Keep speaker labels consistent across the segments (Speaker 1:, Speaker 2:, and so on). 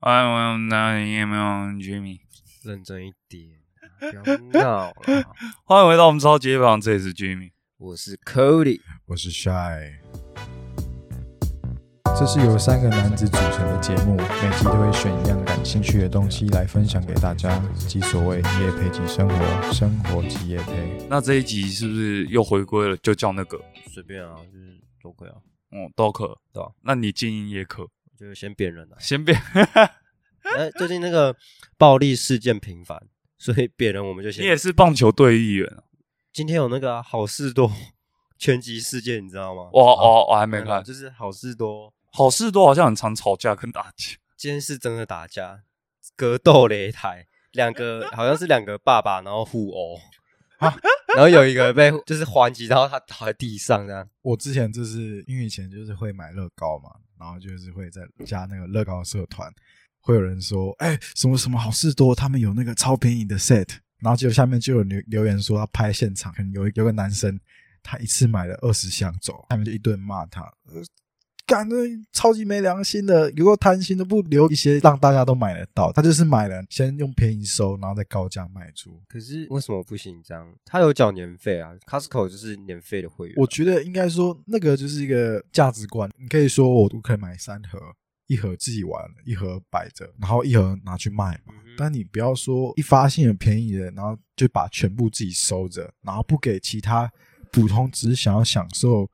Speaker 1: I will not email Jimmy。
Speaker 2: 认真一点，啊 不要闹了。
Speaker 1: 欢迎回到我们超级夜榜，这里是 Jimmy。
Speaker 2: 我是 Cody，
Speaker 3: 我是 Shy。这是由三个男子组成的节目，每集都会选一样感兴趣的东西来分享给大家，即所谓夜配即生活，生活即夜配。
Speaker 1: 那这一集是不是又回归了？就叫那个，
Speaker 2: 随便啊，就是都可以啊。
Speaker 1: 嗯，都可。
Speaker 2: 对啊
Speaker 1: 那你静音也可，。
Speaker 2: 就是先扁人啊
Speaker 1: 先别，
Speaker 2: 哎，最近那个暴力事件频繁，所以扁人我们就
Speaker 1: 你也
Speaker 2: 先。
Speaker 1: 是棒球队一员啊。
Speaker 2: 今天有那个啊、好事多 拳击事件，你知道吗？
Speaker 1: 我我哦我还没
Speaker 2: 嗯啊
Speaker 1: 看，
Speaker 2: 就是好事多
Speaker 1: 好事多好像很常吵架跟打架。
Speaker 2: 今天是真的打架，格斗擂台，两个好像是两个爸爸，然后互殴。
Speaker 1: 啊
Speaker 2: 然后有一个被就是还击，然后他倒在地上这样，
Speaker 3: 我之前就是因为以前就是会买乐高嘛，然后就是会在加那个乐高社团，会有人说，哎、什么什么好事多，他们有那个超便宜的 set，然后结果下面就有留留言说要拍现场，可能有有个男生他一次买了二十箱走，下面就一顿骂他，呃，干这超级没良心的，有够贪心的，不留一些让大家都买得到，他就是买了先用便宜收，然后再高价卖出。
Speaker 2: 可是为什么不行这样？他有缴年费啊，Costco 就是年费的会员啊。
Speaker 3: 我觉得应该说，那个就是一个价值观。你可以说哦我我可以买三盒，一盒自己玩，一盒摆着，然后一盒拿去卖嘛。
Speaker 2: 嗯哼
Speaker 3: 但你不要说一发现有便宜的，然后就把全部自己收着，然后不给其他普通只是想要享受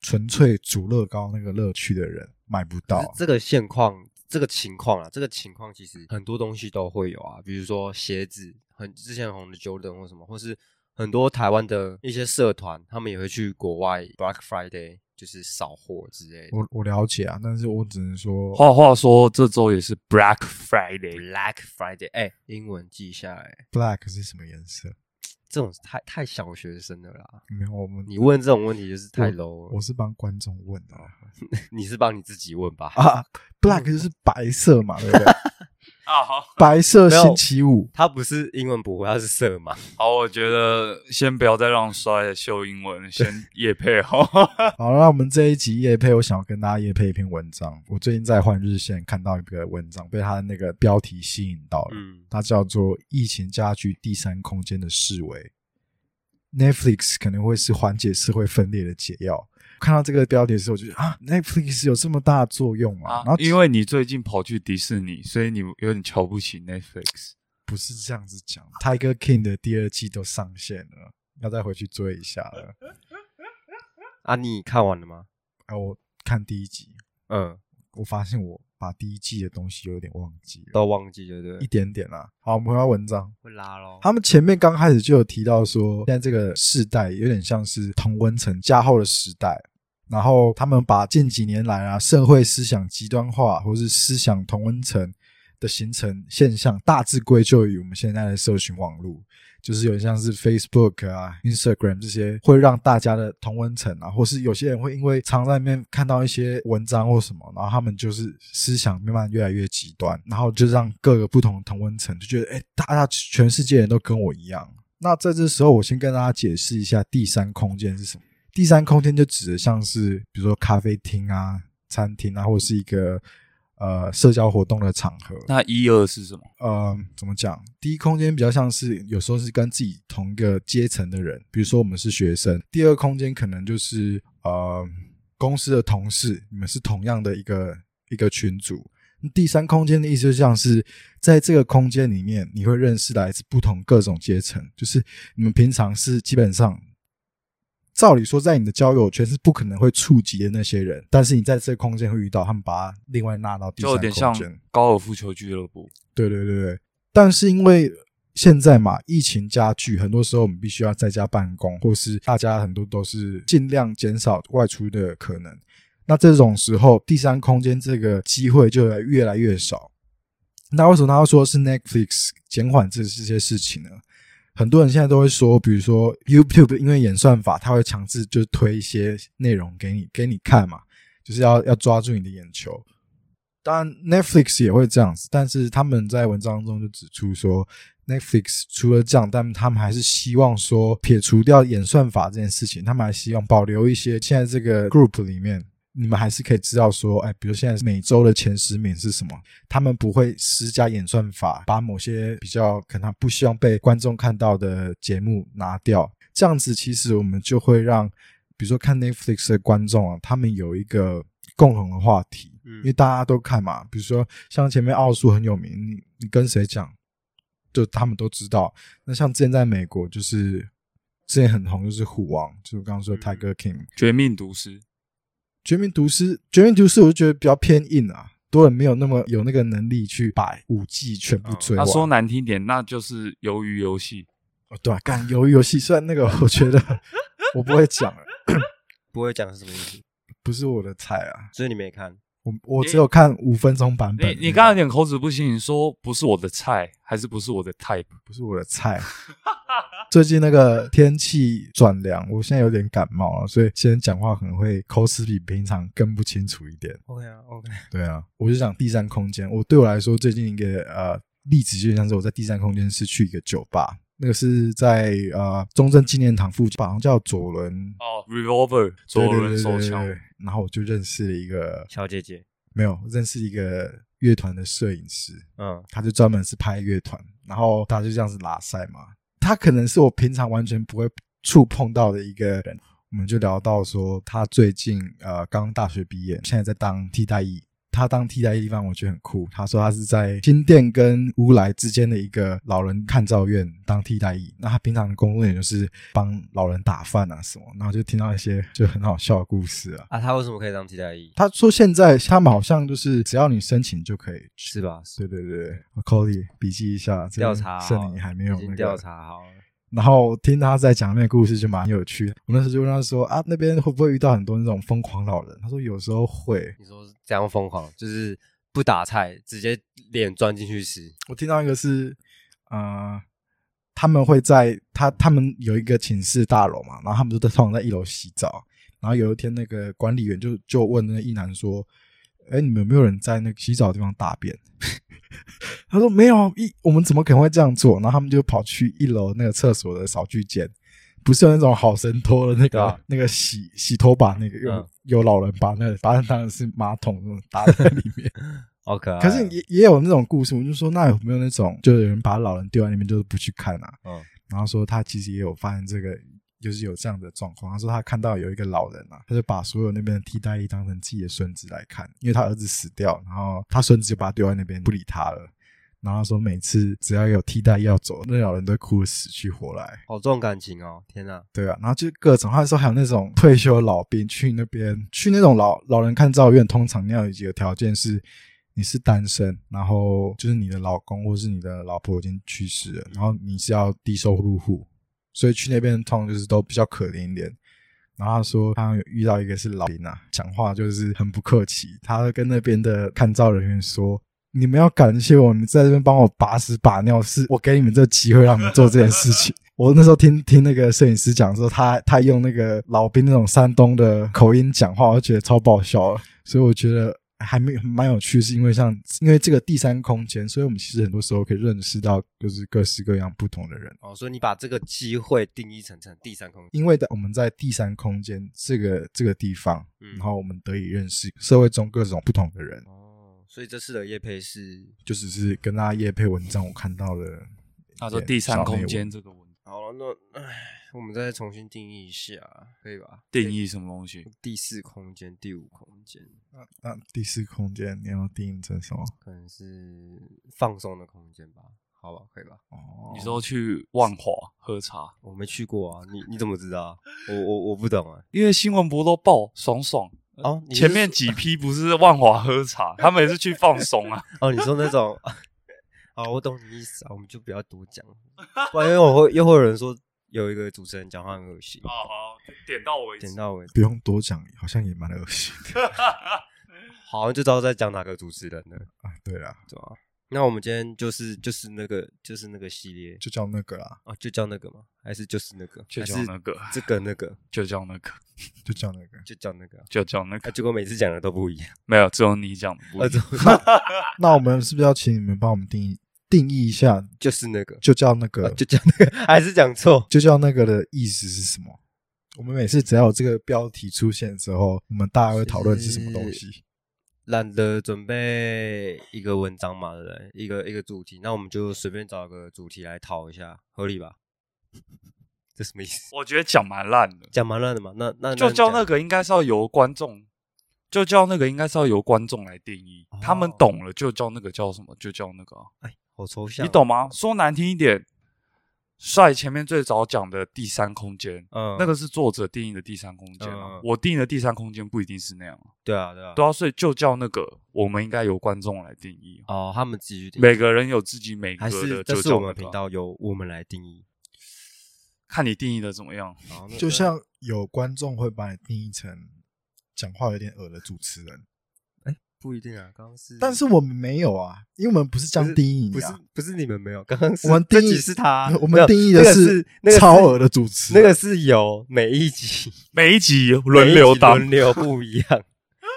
Speaker 3: 纯粹煮乐高那个乐趣的人买不
Speaker 2: 可
Speaker 3: 到
Speaker 2: 是。这个现况，这个情况啊，这个情况其实很多东西都会有啊，比如说鞋子，很之前很红的 Jordan 或什么，或是很多台湾的一些社团，他们也会去国外 Black Friday 就是扫货之类的。
Speaker 3: 我我了解啊，但是我只能说，
Speaker 1: 话话说，这周也是 Black Friday，
Speaker 2: Black Friday，哎、英文记下来，
Speaker 3: black 是什么颜色？
Speaker 2: 这种太太小学生的啦。
Speaker 3: 没有，我们
Speaker 2: 你问这种问题就是太
Speaker 3: 我
Speaker 2: low
Speaker 3: 我
Speaker 2: 了，
Speaker 3: 是帮观众问的
Speaker 2: 你是帮你自己问吧？
Speaker 3: 啊，black 就是白色嘛，对不对？
Speaker 1: 啊。好，
Speaker 3: 白色
Speaker 2: 没有
Speaker 3: 星期五，
Speaker 2: 他不是英文不会，他是色盲。
Speaker 1: 好，我觉得先不要再让衰秀英文，先夜配好。
Speaker 3: 好，那我们这一集夜配，我想要跟大家夜配一篇文章。我最近在换日线看到一个文章，被它的那个标题吸引到了，
Speaker 2: 嗯，
Speaker 3: 它叫做《疫情加剧第三空间的示威》，Netflix 可能会是缓解社会分裂的解药。看到这个标题的时候，我就觉得啊，Netflix 有这么大的作用吗？
Speaker 1: 啊
Speaker 3: 然后，
Speaker 1: 因为你最近跑去迪士尼，所以你有点瞧不起 Netflix。
Speaker 3: 不是这样子讲，《Tiger King》的第二季都上线了，要再回去追一下了。
Speaker 2: 啊，你看完了吗？
Speaker 3: 哎、我看第一集，
Speaker 2: 嗯，
Speaker 3: 我发现我把第一季的东西有点忘记了，
Speaker 2: 都忘记对不
Speaker 3: 一
Speaker 2: 对？
Speaker 3: 点点啦。好，我们回到文章，
Speaker 2: 会拉咯。
Speaker 3: 他们前面刚开始就有提到说，现在这个世代有点像是同温层加厚的时代。然后他们把近几年来啊社会思想极端化，或是思想同温层的形成现象，大致归咎于我们现在的社群网络，就是有点像是 Facebook 啊、Instagram 这些，会让大家的同温层啊，或是有些人会因为常在里面看到一些文章或什么，然后他们就是思想慢慢越来越极端，然后就让各个不同的同温层就觉得，哎，大家全世界人都跟我一样。那在这时候，我先跟大家解释一下第三空间是什么。第三空间就指的像是比如说咖啡厅啊、餐厅啊，或是一个呃社交活动的场合。
Speaker 1: 那一二是什么？
Speaker 3: 呃，怎么讲？第一空间比较像是有时候是跟自己同一个阶层的人，比如说我们是学生。第二空间可能就是呃公司的同事，你们是同样的一个一个群组。第三空间的意思就像是在这个空间里面，你会认识来自不同各种阶层，就是你们平常是基本上。照理说，在你的交友圈是不可能会触及的那些人，但是你在这个空间会遇到，他们把它另外纳到第
Speaker 1: 就
Speaker 3: 三
Speaker 1: 有
Speaker 3: 空
Speaker 1: 点
Speaker 3: 间，
Speaker 1: 像高尔夫球俱乐部。
Speaker 3: 对对对对，但是因为现在嘛，疫情加剧，很多时候我们必须要在家办公，或是大家很多都是尽量减少外出的可能。那这种时候，第三空间这个机会就越来越少。那为什么他要说是 Netflix 减缓这这些事情呢？很多人现在都会说，比如说 YouTube，因为演算法，它会强制就推一些内容给你给你看嘛，就是要要抓住你的眼球。当然，Netflix 也会这样子，但是他们在文章中就指出说，Netflix 除了这样，但他们还是希望说撇除掉演算法这件事情，他们还希望保留一些现在这个 group 里面你们还是可以知道说，哎，比如现在每周的前十名是什么，他们不会施加演算法，把某些比较可能他不希望被观众看到的节目拿掉。这样子，其实我们就会让，比如说看 Netflix 的观众啊，他们有一个共同的话题，
Speaker 2: 嗯
Speaker 3: 因为大家都看嘛。比如说像前面奥数很有名，你你跟谁讲，就他们都知道。那像之前在美国，就是之前很红，就是虎王，就是我刚刚说的
Speaker 2: 嗯
Speaker 3: Tiger King。
Speaker 1: 绝命毒师，
Speaker 3: 绝命毒师，绝命毒师，我就觉得比较偏硬啊，多人没有那么有那个能力去把五季全部追
Speaker 1: 哦他
Speaker 3: 完。
Speaker 1: 说难听点，那就是鱿鱼游戏。
Speaker 3: 哦对、啊，干鱿鱼游戏，虽然那个 我觉得我不会讲，
Speaker 2: 不会讲是什么意思，
Speaker 3: 不是我的菜啊，
Speaker 2: 所以你没看。
Speaker 3: 我我只有看五分钟版本
Speaker 1: 你。你刚刚有点口齿不清，你说不是我的菜，还是不是我的 type？
Speaker 3: 不是我的菜。啊 最近那个天气转凉，我现在有点感冒了，啊所以现在讲话可能会口齿比平常更不清楚一点。
Speaker 2: OK 啊，OK，
Speaker 3: 对啊，我就讲第三空间。我对我来说，最近一个呃例子，就像是我在第三空间是去一个酒吧，那个是在呃中正纪念堂附近，好像叫左轮
Speaker 1: 哦，revolver 左轮手
Speaker 3: 对对对
Speaker 1: 枪
Speaker 3: 对，对然后我就认识了一个
Speaker 2: 小姐姐，
Speaker 3: 没有认识一个乐团的摄影师，
Speaker 2: 嗯，
Speaker 3: 他就专门是拍乐团，然后他就这样子拉塞嘛。他可能是我平常完全不会触碰到的一个人，我们就聊到说他最近呃刚大学毕业，现在在当替代役。他当替代役的地方我觉得很酷，他说他是在新店跟乌来之间的一个老人看照院当替代役。那他平常的工作也就是帮老人打饭啊什么，然后就听到一些就很好笑的故事啊。
Speaker 2: 啊，她为什么可以当替代役？
Speaker 3: 他说现在他们好像就是只要你申请就可以去
Speaker 2: 是吧？
Speaker 3: 对对对对，Cody 笔记一下，这
Speaker 2: 调
Speaker 3: 个
Speaker 2: 查
Speaker 3: 是
Speaker 2: 好
Speaker 3: 你
Speaker 2: 了
Speaker 3: 还没
Speaker 2: 已
Speaker 3: 有那
Speaker 2: 经
Speaker 3: 个
Speaker 2: 调。查好了。
Speaker 3: 然后听他在讲那个故事就蛮有趣的。我那时候就问他说啊，那边会不会遇到很多那种疯狂老人？他说有时候会。
Speaker 2: 你说是怎样疯狂？就是不打菜，直接脸钻进去吃。
Speaker 3: 我听到一个是，呃，他们会在他他们有一个寝室大楼嘛，然后他们都在通常在一楼洗澡。然后有一天，那个管理员就就问那个一男说：“哎，你们有没有人在那个洗澡的地方大便？” 他说：“没有啊，一我们怎么可能会这样做？”然后他们就跑去一楼那个厕所的扫具间，不是有那种好神拖的那
Speaker 2: 对
Speaker 3: 个、
Speaker 2: 啊
Speaker 3: 那个洗洗头把那个有、
Speaker 2: 嗯
Speaker 3: 有老人把那个把当然是马桶那种搭在里面，
Speaker 2: 好可爱哦。
Speaker 3: 可是也也有那种故事，我就说那有没有那种，就有人把老人丢在那边，就是不去看啊？
Speaker 2: 嗯，
Speaker 3: 然后说他其实也有发现这个，就是有这样的状况。他说他看到有一个老人啊，他就把所有那边的替代役当成自己的孙子来看，因为他儿子死掉，然后他孙子就把他丢在那边不理他了。然后他说每次只要有替代役要走，那老人都哭得死去活来，
Speaker 2: 好重感情哦！天哪，
Speaker 3: 对啊。然后就各种，他说还有那种退休的老兵去那边去那种老老人看照院，通常要有几个条件是。你是单身，然后就是你的老公或是你的老婆已经去世了，然后你是要低收入户，所以去那边通常就是都比较可怜一点。然后他说他有遇到一个是老兵啊，讲话就是很不客气，他跟那边的看照人员说。你们要感谢我，你们在这边帮我把屎把尿，是我给你们这个机会让你们做这件事情。 我那时候听听那个摄影师讲说，他他用那个老兵那种山东的口音讲话，我就觉得超爆笑了。所以我觉得还没有蛮有趣，是因为像因为这个第三空间，所以我们其实很多时候可以认识到就是各式各样不同的人。
Speaker 2: 哦，所以你把这个机会定义成成第三空间，
Speaker 3: 因为的我们在第三空间这个这个地方，
Speaker 2: 嗯
Speaker 3: 然后我们得以认识社会中各种不同的人，
Speaker 2: 哦，所以这次的叶配是
Speaker 3: 就只是跟大家夜配文章我看到了。
Speaker 1: 他说第三空
Speaker 3: 小内
Speaker 1: 间这个文
Speaker 2: 好了，那唉，我们再重新定义一下，可以吧？
Speaker 1: 定义什么东西？
Speaker 2: 第四空间、第五空间，
Speaker 3: 那第四空间你要定义成什么？
Speaker 2: 可能是放松的空间吧？好吧，可以吧？
Speaker 3: 哦，
Speaker 1: 你说去万华喝茶，
Speaker 2: 我没去过啊，你你怎么知道啊？我我我不懂啊。
Speaker 1: 因为新闻不都报爽爽？
Speaker 2: 哦，你是
Speaker 1: 呃前面几批不是万华喝茶，他们也是去放松啊。
Speaker 2: 哦，你说那种， 哦，我懂你意思啊，我们就不要多讲，不然因为我会又会有人说有一个主持人讲话很恶心
Speaker 1: 哦，，好，点到为止
Speaker 2: 点。到为止，
Speaker 3: 不用多讲，好像也蛮恶心的
Speaker 2: 好像就知道在讲哪个主持人了，
Speaker 3: 啊。对啦，
Speaker 2: 对吧、那我们今天就是就是那个就是那个系列
Speaker 3: 就叫那个啦，
Speaker 2: 哦，就叫那个吗？还是就是那个？
Speaker 1: 就叫
Speaker 2: 还是
Speaker 1: 那个
Speaker 2: 这个那个
Speaker 1: 就叫那个，
Speaker 3: 就叫那个。
Speaker 2: 就叫那个啊。
Speaker 1: 就叫那个
Speaker 2: 啊，，结果每次讲的都不一样，
Speaker 1: 没有，只有你讲的不
Speaker 2: 啊，
Speaker 1: 一
Speaker 2: 怎
Speaker 1: 样。
Speaker 2: 么办
Speaker 3: 那我们是不是要请你们帮我们定义定义一下？
Speaker 2: 就是那个，
Speaker 3: 就叫那个，
Speaker 2: 啊就叫那个，还是讲错？
Speaker 3: 就叫那个的意思是什么？我们每次只要有这个标题出现之后，我们大家会讨论是什么东西。
Speaker 2: 懒得准备一个文章嘛，对不对？一个一个主题，那我们就随便找个主题来讨一下，合理吧？ 这什么意思？
Speaker 1: 我觉得讲蛮烂的，
Speaker 2: 讲蛮乱的嘛，那那
Speaker 1: 就叫那
Speaker 2: 个
Speaker 1: 个应该是要由观众，就叫那个应该是要由观众来定义，
Speaker 2: 哦
Speaker 1: 他们懂了就叫那个叫什么，就叫那个啊、
Speaker 2: 好抽象，
Speaker 1: 你？懂吗？说难听一点，帅前面最早讲的第三空间，
Speaker 2: 嗯，
Speaker 1: 那个是作者定义的第三空间啊、
Speaker 2: 嗯
Speaker 1: 我定义的第三空间不一定是那样啊，
Speaker 2: 对啊，对啊，
Speaker 1: 对啊，所以就叫那个，我们应该由观众来定义啊、
Speaker 2: 哦，他们自己去定义
Speaker 1: 每个人有自己每个
Speaker 2: 还是
Speaker 1: 的，
Speaker 2: 这
Speaker 1: 就是叫
Speaker 2: 我
Speaker 1: 那
Speaker 2: 们
Speaker 1: 个
Speaker 2: 频
Speaker 1: 啊
Speaker 2: 道由我们来定义，
Speaker 1: 看你定义的怎么样。
Speaker 2: 好那
Speaker 3: 就像有观众会把你定义成讲话有点恶的主持人，
Speaker 2: 不一定啊，刚刚是，
Speaker 3: 但是我们没有啊，因为我们不是这样定义
Speaker 2: 不
Speaker 3: 你
Speaker 2: 是
Speaker 3: 啊，
Speaker 2: 不是你们没有，刚刚是
Speaker 3: 我们
Speaker 2: 这
Speaker 3: 定义
Speaker 2: 集是他，
Speaker 3: 我
Speaker 2: 没有
Speaker 3: 们定义
Speaker 2: 那
Speaker 3: 的
Speaker 2: 个是那个是
Speaker 3: 超恶的主持
Speaker 2: 那
Speaker 3: 人。
Speaker 2: 个是有每一集
Speaker 1: 每一集 轮流当
Speaker 2: 每一集轮流不一 样。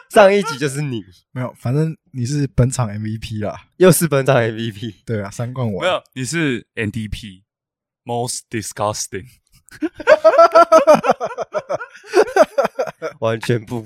Speaker 2: 上一集就是你，
Speaker 3: 没有，反正你是本场 MVP 啦，
Speaker 2: 又是本场 MVP，
Speaker 3: 对啊，三冠王。
Speaker 1: 没有，你是 NDP most disgusting，
Speaker 2: 完全不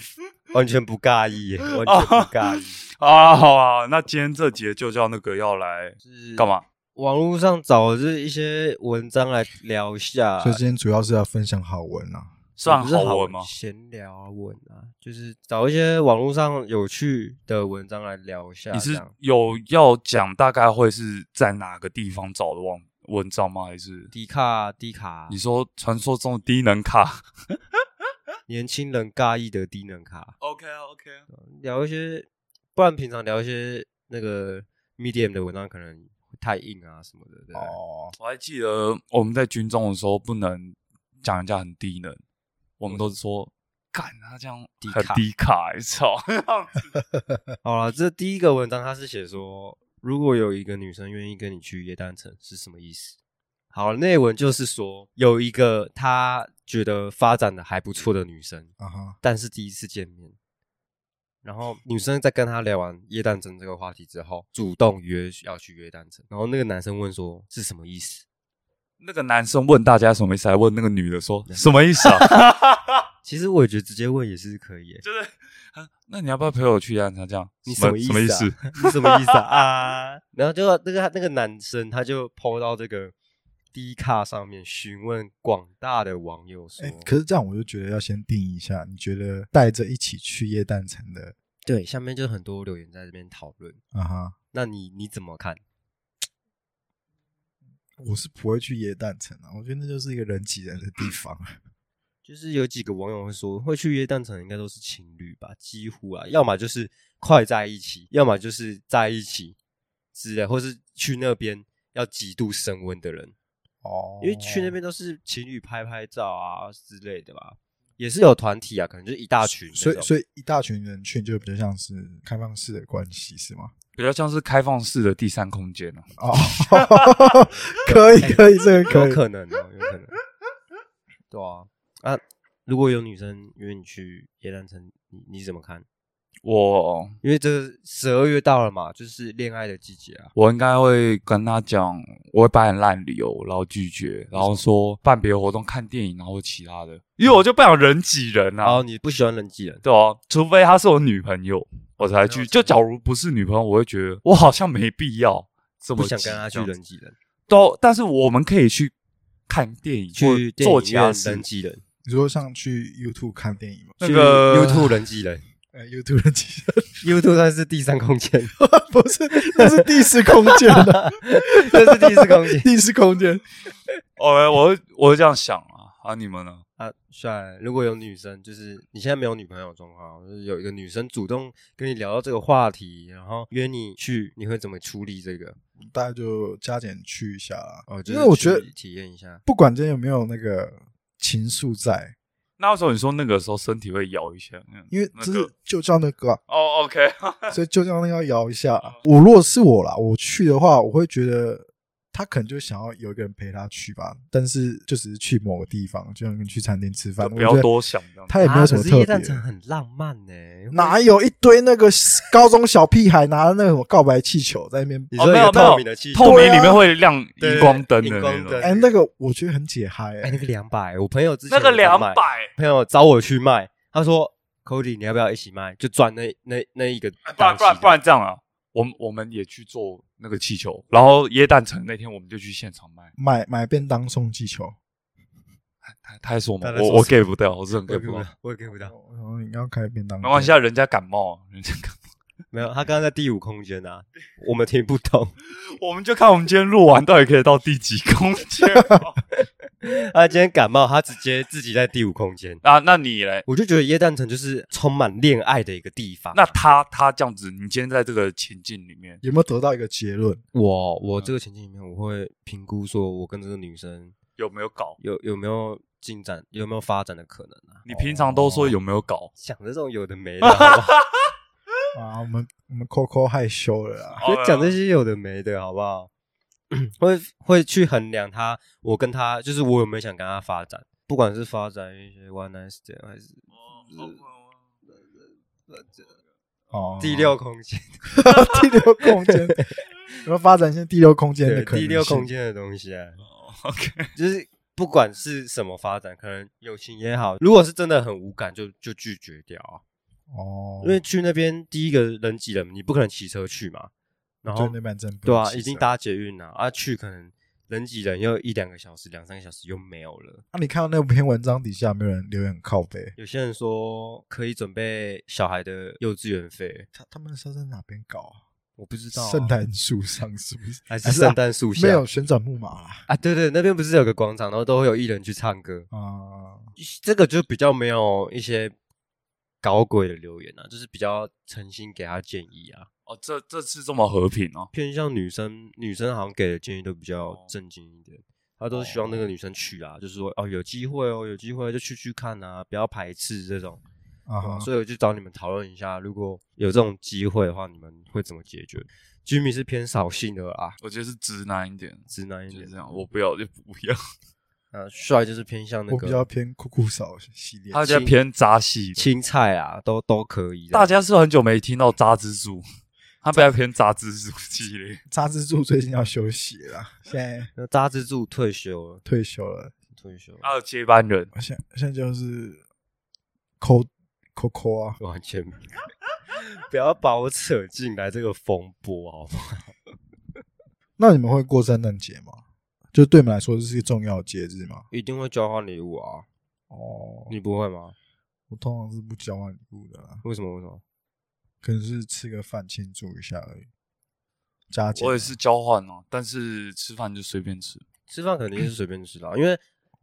Speaker 2: 完全不尬 意耶，完全不尬意。
Speaker 1: 啊，好啊，那今天这节就叫那个要来
Speaker 2: 是
Speaker 1: 干？嘛？
Speaker 2: 网络上找的就是一些文章来聊一下，啊
Speaker 3: 所以今天主要是要分享好文啊啦。
Speaker 1: 算
Speaker 2: 也不是
Speaker 1: 好文吗？
Speaker 2: 闲聊啊，文啊，就是找一些网络上有趣的文章来聊一下。
Speaker 1: 你
Speaker 2: 这
Speaker 1: 是
Speaker 2: 样
Speaker 1: 有要讲大概会是在哪个地方找的网文章吗？还是
Speaker 2: 迪卡迪卡
Speaker 1: 你，说传说中的低能卡
Speaker 2: 年轻人尬意的低能卡，
Speaker 1: ？OK OK，
Speaker 2: 聊一些，不然平常聊一些那个 medium 的文章可能太硬啊什么的。对不对
Speaker 3: 哦，
Speaker 1: 我还记得我们在军中的时候不能讲人家很低能，我们都是说干他这样
Speaker 2: 低
Speaker 1: 很
Speaker 2: 卡
Speaker 1: 低卡，哎操！
Speaker 2: 好了，这第一个文章他是写说，如果有一个女生愿意跟你去夜单城是什么意思？好，内文就是说有一个他觉得发展的还不错的女生，
Speaker 3: 啊哈，
Speaker 2: 但是第一次见面，然后女生在跟他聊完夜单城这个话题之后，主动约要去夜单城，然后那个男生问说是什么意思？
Speaker 1: 那个男生问大家什么意思，还问那个女的 说什么意思啊？
Speaker 2: 其实我也觉得直接问也是可以耶、
Speaker 1: 就是，啊那你要不要陪我去啊？他这样，
Speaker 2: 你
Speaker 1: 什
Speaker 2: 什么
Speaker 1: 什么意
Speaker 2: 意思
Speaker 1: 思
Speaker 2: 啊？你什么意思啊？ 啊然后就那个那个男生他就 PO 到这个 D 卡上面询问广大的网友说，
Speaker 3: 哎，可是这样我就觉得要先定义一下，你觉得带着一起去夜诞城的
Speaker 2: 对，下面就很多留言在这边讨论，
Speaker 3: 啊哈，
Speaker 2: 那你你怎么看？
Speaker 3: 我是不会去夜诞城啊，我觉得那就是一个人挤人的地方。啊
Speaker 2: 就是有几个网友会说，会去约旦城应该都是情侣吧，几乎啊，要么就是快在一起，要么就是在一起之类，或是去那边要极度升温的人，
Speaker 3: 哦
Speaker 2: 因为去那边都是情侣拍拍照啊之类的吧，也是有团体啊，可能就是一大群那
Speaker 3: 所
Speaker 2: 种，
Speaker 3: 以所以一大群人去就比较像是开放式的关系是吗？
Speaker 1: 比较像是开放式的第三空间啊。
Speaker 3: 哦，可以可以，这个可
Speaker 2: 哎有
Speaker 3: 以。
Speaker 2: 可能哦，有可能。对啊，啊，如果有女生约你去耶诞城，你你怎么看？
Speaker 1: 我
Speaker 2: 因为这十二月到了嘛，就是恋爱的季节啊。
Speaker 1: 我应该会跟他讲，我会摆很烂理由，然后拒绝，然后说办别的活动、看电影，然后其他的，因为我就不想人挤人
Speaker 2: 然
Speaker 1: 啊
Speaker 2: 后。你不喜欢人挤人，
Speaker 1: 对啊，除非她是我女朋友，我才
Speaker 2: 没有
Speaker 1: 去。就假如不是女朋友，我会觉得我好像没必要这么
Speaker 2: 不想
Speaker 1: 挤
Speaker 2: 跟他去
Speaker 1: 这样
Speaker 2: 人挤人，
Speaker 1: 都，但是我们可以去看电影，或
Speaker 2: 去电
Speaker 1: 做
Speaker 2: 影
Speaker 1: 其他
Speaker 2: 院
Speaker 1: 事
Speaker 2: 人。挤人，
Speaker 3: 你说像去 YouTube 看电影吗？
Speaker 1: 那
Speaker 2: 去
Speaker 1: 个
Speaker 2: YouTube 人挤 人
Speaker 3: 呃，YouTube 的其实
Speaker 2: ，YouTube 算是第三空间，
Speaker 3: 不是， 那是第四空间啊的，
Speaker 2: 这是第四空间
Speaker 3: 第四空间。
Speaker 1: 哦，我会我会这样想啊，啊，你们呢？
Speaker 2: 啊。帅，如果有女生，就是你现在没有女朋友的状况，就是有一个女生主动跟你聊到这个话题，然后约你去，你会怎么处理这个？
Speaker 3: 大家就加减去一下啦。
Speaker 2: 哦，就
Speaker 3: 因
Speaker 2: 是
Speaker 3: 为我觉得
Speaker 2: 去体验一下，
Speaker 3: 不管今天有没有那个情愫在，
Speaker 1: 那时候你说那个时候身体会摇一下，嗯
Speaker 3: 因为
Speaker 1: 那
Speaker 3: 这
Speaker 1: 个
Speaker 3: 是就叫那个啊、
Speaker 1: 哦，OK，
Speaker 3: 所以就叫那个要摇一下。我如果是我啦，我去的话，我会觉得他可能就想要有一个人陪他去吧，但是就只是去某个地方，就像去餐厅吃饭，
Speaker 1: 就
Speaker 3: 我
Speaker 1: 不要
Speaker 3: 觉得
Speaker 1: 多想这样
Speaker 3: 他也没有什么
Speaker 2: 啊可是
Speaker 3: 特别
Speaker 2: 夜
Speaker 3: 的
Speaker 2: 蛋。城很浪漫呢、
Speaker 3: 哪有一堆那个高中小屁孩拿那种告白气球在那 边
Speaker 2: 你
Speaker 1: 哦
Speaker 2: 说
Speaker 1: 没
Speaker 2: 一
Speaker 1: 有没
Speaker 2: 个
Speaker 1: 有
Speaker 2: 透明的气球
Speaker 1: 透明
Speaker 3: 对啊
Speaker 1: 里面会亮
Speaker 2: 对啊
Speaker 1: 荧光灯的
Speaker 2: 荧
Speaker 1: 那
Speaker 2: 光
Speaker 1: 种
Speaker 2: 灯。
Speaker 3: 哎、那个我觉得很解嗨、
Speaker 2: 哎、
Speaker 3: 哎
Speaker 2: 那个两百，我朋友之前
Speaker 1: 那个
Speaker 2: 有在
Speaker 1: 两
Speaker 2: 卖，
Speaker 1: 百，
Speaker 2: 朋友找我去卖，他说 Cody 你要不要一起卖？就赚那那那一个
Speaker 1: 哎不然
Speaker 2: 档
Speaker 1: 不然
Speaker 2: 期
Speaker 1: 不然这样啊，我们我们也去做那个气球，然后椰蛋城那天我们就去现场卖。
Speaker 3: 买买便当送气球，
Speaker 1: 他他还说嘛
Speaker 2: 他，在
Speaker 1: 我
Speaker 2: 说
Speaker 1: 我
Speaker 2: 什
Speaker 1: get 不到，我是很
Speaker 2: 我也
Speaker 1: get
Speaker 2: 跟
Speaker 1: 不
Speaker 2: 不
Speaker 1: 到
Speaker 2: 到。，我也跟不到。
Speaker 3: 然后你要开便当，
Speaker 1: 没关系，啊，人家感冒，人家感
Speaker 2: 没有，他刚刚在第五空间啊，我们听不懂。
Speaker 1: 冒，我们就看我们今天录完到底可以到第几空间
Speaker 2: 他今天感冒，他直接自己在第五空间。
Speaker 1: 啊？ 那你嘞？
Speaker 2: 我就觉得椰蛋城就是充满恋爱的一个地方。啊
Speaker 1: 那他他这样子，你今天在这个情境里面，
Speaker 3: 有没有得到一个结论？
Speaker 2: 我哦
Speaker 1: 嗯
Speaker 2: 我这个情境里面，我会评估说，我跟这个女生
Speaker 1: 有没有搞？
Speaker 2: 有有没有进展，有没有发展的可能啊？
Speaker 1: 你平常都说有没有搞？
Speaker 2: 讲这种有的没的，好 不好？
Speaker 3: 啊，我们我们 Coco 害羞了啦。
Speaker 1: 哦
Speaker 2: 就讲这些有的没的，好不好？ 会会去衡量他，我跟他就是我有没有想跟他发展，不管是发展一些 one night stand 还是
Speaker 3: 哦，
Speaker 2: 第六空间，
Speaker 3: 第六空间，有没有发展一些第六空间的
Speaker 2: 对
Speaker 3: 可能
Speaker 2: 第
Speaker 3: 性？
Speaker 2: 六空间的东西啊，
Speaker 1: 哦 OK，
Speaker 2: 就是不管是什么发展，可能友情也好，如果是真的很无感，就就拒绝掉啊。
Speaker 3: 哦，
Speaker 2: 因为去那边第一个人挤人，你不可能骑车去嘛，然
Speaker 3: 就
Speaker 2: 后
Speaker 3: 那边真不
Speaker 2: 对
Speaker 3: 能
Speaker 2: 啊，
Speaker 3: 骑
Speaker 2: 已经
Speaker 3: 车。
Speaker 2: 搭捷运了啊，去可能人挤人又一两个小时、两三个小时又没有了。
Speaker 3: 那、你看到那篇文章底下有没有人留言靠背？
Speaker 2: 有些人说可以准备小孩的幼稚园费，
Speaker 3: 他他们是在哪边搞啊？
Speaker 2: 我不知道啊、
Speaker 3: 圣诞树上是不是？啊
Speaker 2: 还是圣诞树下
Speaker 3: 没有旋转木马啦
Speaker 2: 啊？对对，那边不是有个广场，然后都会有艺人去唱歌，
Speaker 3: 啊？
Speaker 2: 这个就比较没有一些搞鬼的留言啊，就是比较诚心给他建议啊。
Speaker 1: 哦，这这次这么和平哦，
Speaker 2: 偏向女生，女生好像给的建议都比较正经一点，她都是希望
Speaker 1: 哦
Speaker 2: 那个女生去啊，就是说哦有机会哦，有机会就去去看啊，不要排斥这种。对
Speaker 3: 啊
Speaker 2: 吧
Speaker 3: 哈，
Speaker 2: 所以我就找你们讨论一下，如果有这种机会的话，你们会怎么解决？Jimmy 是偏扫兴的啊，
Speaker 1: 我觉得是直男一点，
Speaker 2: 直男一
Speaker 1: 就是
Speaker 2: 点
Speaker 1: 这。样，我不要就不要。
Speaker 2: 呃，帅就是偏向那
Speaker 3: 我比较
Speaker 2: 个
Speaker 3: 偏酷酷嫂系列。
Speaker 1: 他比较偏渣系的，
Speaker 2: 青菜啊，都都可以的。
Speaker 1: 大家是不是很久没听到渣蜘蛛，他比较偏渣蜘蛛系 列。
Speaker 3: 扎支柱最近要休息了啦，现在
Speaker 2: 那扎支柱退休了，
Speaker 3: 退休了，
Speaker 2: 退休了，
Speaker 1: 还有接班人，
Speaker 3: 现现在就是抠抠抠啊，
Speaker 2: 完 全不要把我扯进来这个风波，好不好？
Speaker 3: 那你们会过圣诞节吗？就对你们来说这是一个重要的节日吗？
Speaker 2: 一定会交换礼物啊，
Speaker 3: 哦，
Speaker 2: 你不会吗？
Speaker 3: 我通常是不交换礼物的啦，
Speaker 2: 为什么？为什么？
Speaker 3: 可能是吃个饭庆祝一下而已。加减啊
Speaker 1: 我也是交换哦，但是吃饭就随便吃。
Speaker 2: 吃饭肯定是随便吃啦，因为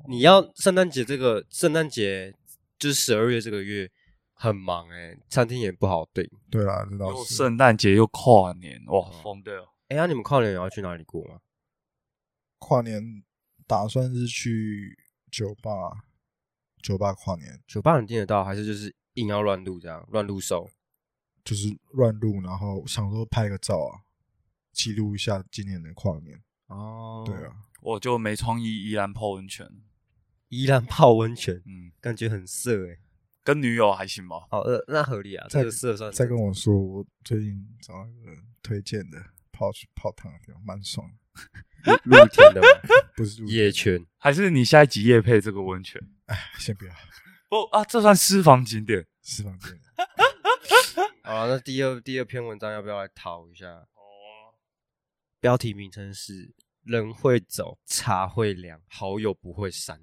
Speaker 2: 你要圣诞节这个圣诞节就是十二月这个月很忙哎、餐厅也不好订。
Speaker 3: 对啦，这倒
Speaker 1: 又
Speaker 3: 是。
Speaker 1: 圣诞节又跨年，哇，疯掉！
Speaker 2: 哎、呀、你们跨年也要去哪里过吗？
Speaker 3: 跨年打算是去酒吧，酒吧跨年
Speaker 2: 酒吧你订得到，还是就是硬要乱入这样乱入手？
Speaker 3: 就是乱录，然后想说拍个照啊，记录一下今年的跨年。
Speaker 2: 哦
Speaker 3: 对，啊，
Speaker 1: 我就没创意，依然泡温泉。
Speaker 2: 依然泡温泉，
Speaker 1: 嗯，
Speaker 2: 感觉很色哎、
Speaker 1: 跟女友还行吧。
Speaker 2: 好，呃，那合理啊，
Speaker 3: 再
Speaker 2: 这个色
Speaker 1: 呃
Speaker 2: 算
Speaker 3: 再跟
Speaker 2: 我
Speaker 3: 我说，我最近找到一个推荐的泡去泡汤的地方，蛮爽的。
Speaker 2: 露天的吗
Speaker 3: 不是露天
Speaker 2: 夜泉，
Speaker 1: 还是你下一集夜配这个温泉？
Speaker 3: 先不要，
Speaker 1: 不啊，这算私房景点。
Speaker 3: 私房店。
Speaker 2: 好了，那第二第二篇文章要不要来讨一下？哦，标题名称是“人会走，茶会凉，好友不会删”。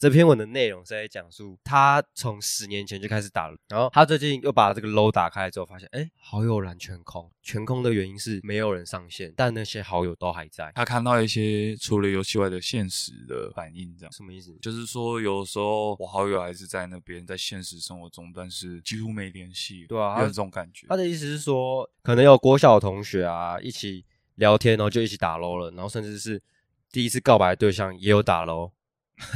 Speaker 2: 这篇文的内容是在讲述他从十年前就开始打了，然后他最近又把这个 low 打开来之后，发现哎，好友栏全空，全空的原因是没有人上线，但那些好友都还在。
Speaker 1: 他看到一些除了游戏外的现实的反应，这样
Speaker 2: 什么意思？
Speaker 1: 就是说，有时候我好友还是在那边，在现实生活中，但是几乎没联系。
Speaker 2: 对啊
Speaker 1: 有这种感觉。
Speaker 2: 他的意思是说，可能有国小同学啊一起聊天，然后就一起打 LO 了，然后 甚至是第一次告白的对象也有打 LO，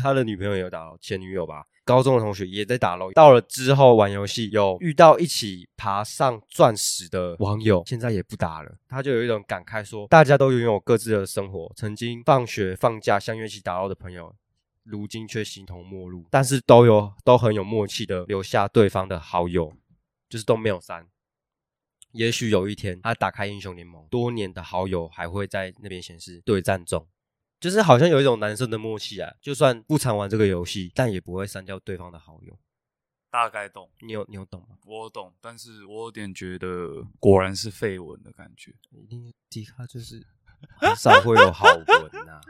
Speaker 2: 他的女朋友也有打 LO，前女友吧，高中的同学也在打楼。到了之后玩游戏，有遇到一起爬上钻石的网友，现在也不打了。他就有一种感慨说，大家都拥有各自的生活，曾经放学放假相约一起打捞的朋友。如今却形同陌路，但是都有都很有默契的留下对方的好友，就是都没有删。也许有一天，他打开英雄联盟，多年的好友还会在那边显示对战中，就是好像有一种男生的默契啊。就算不常玩这个游戏，但也不会删掉对方的好友。
Speaker 1: 大概懂，
Speaker 2: 你有你有懂吗？
Speaker 1: 我懂，但是我有点觉得果然是绯闻的感觉。
Speaker 2: 一定迪卡就是 很少会有好文呐、啊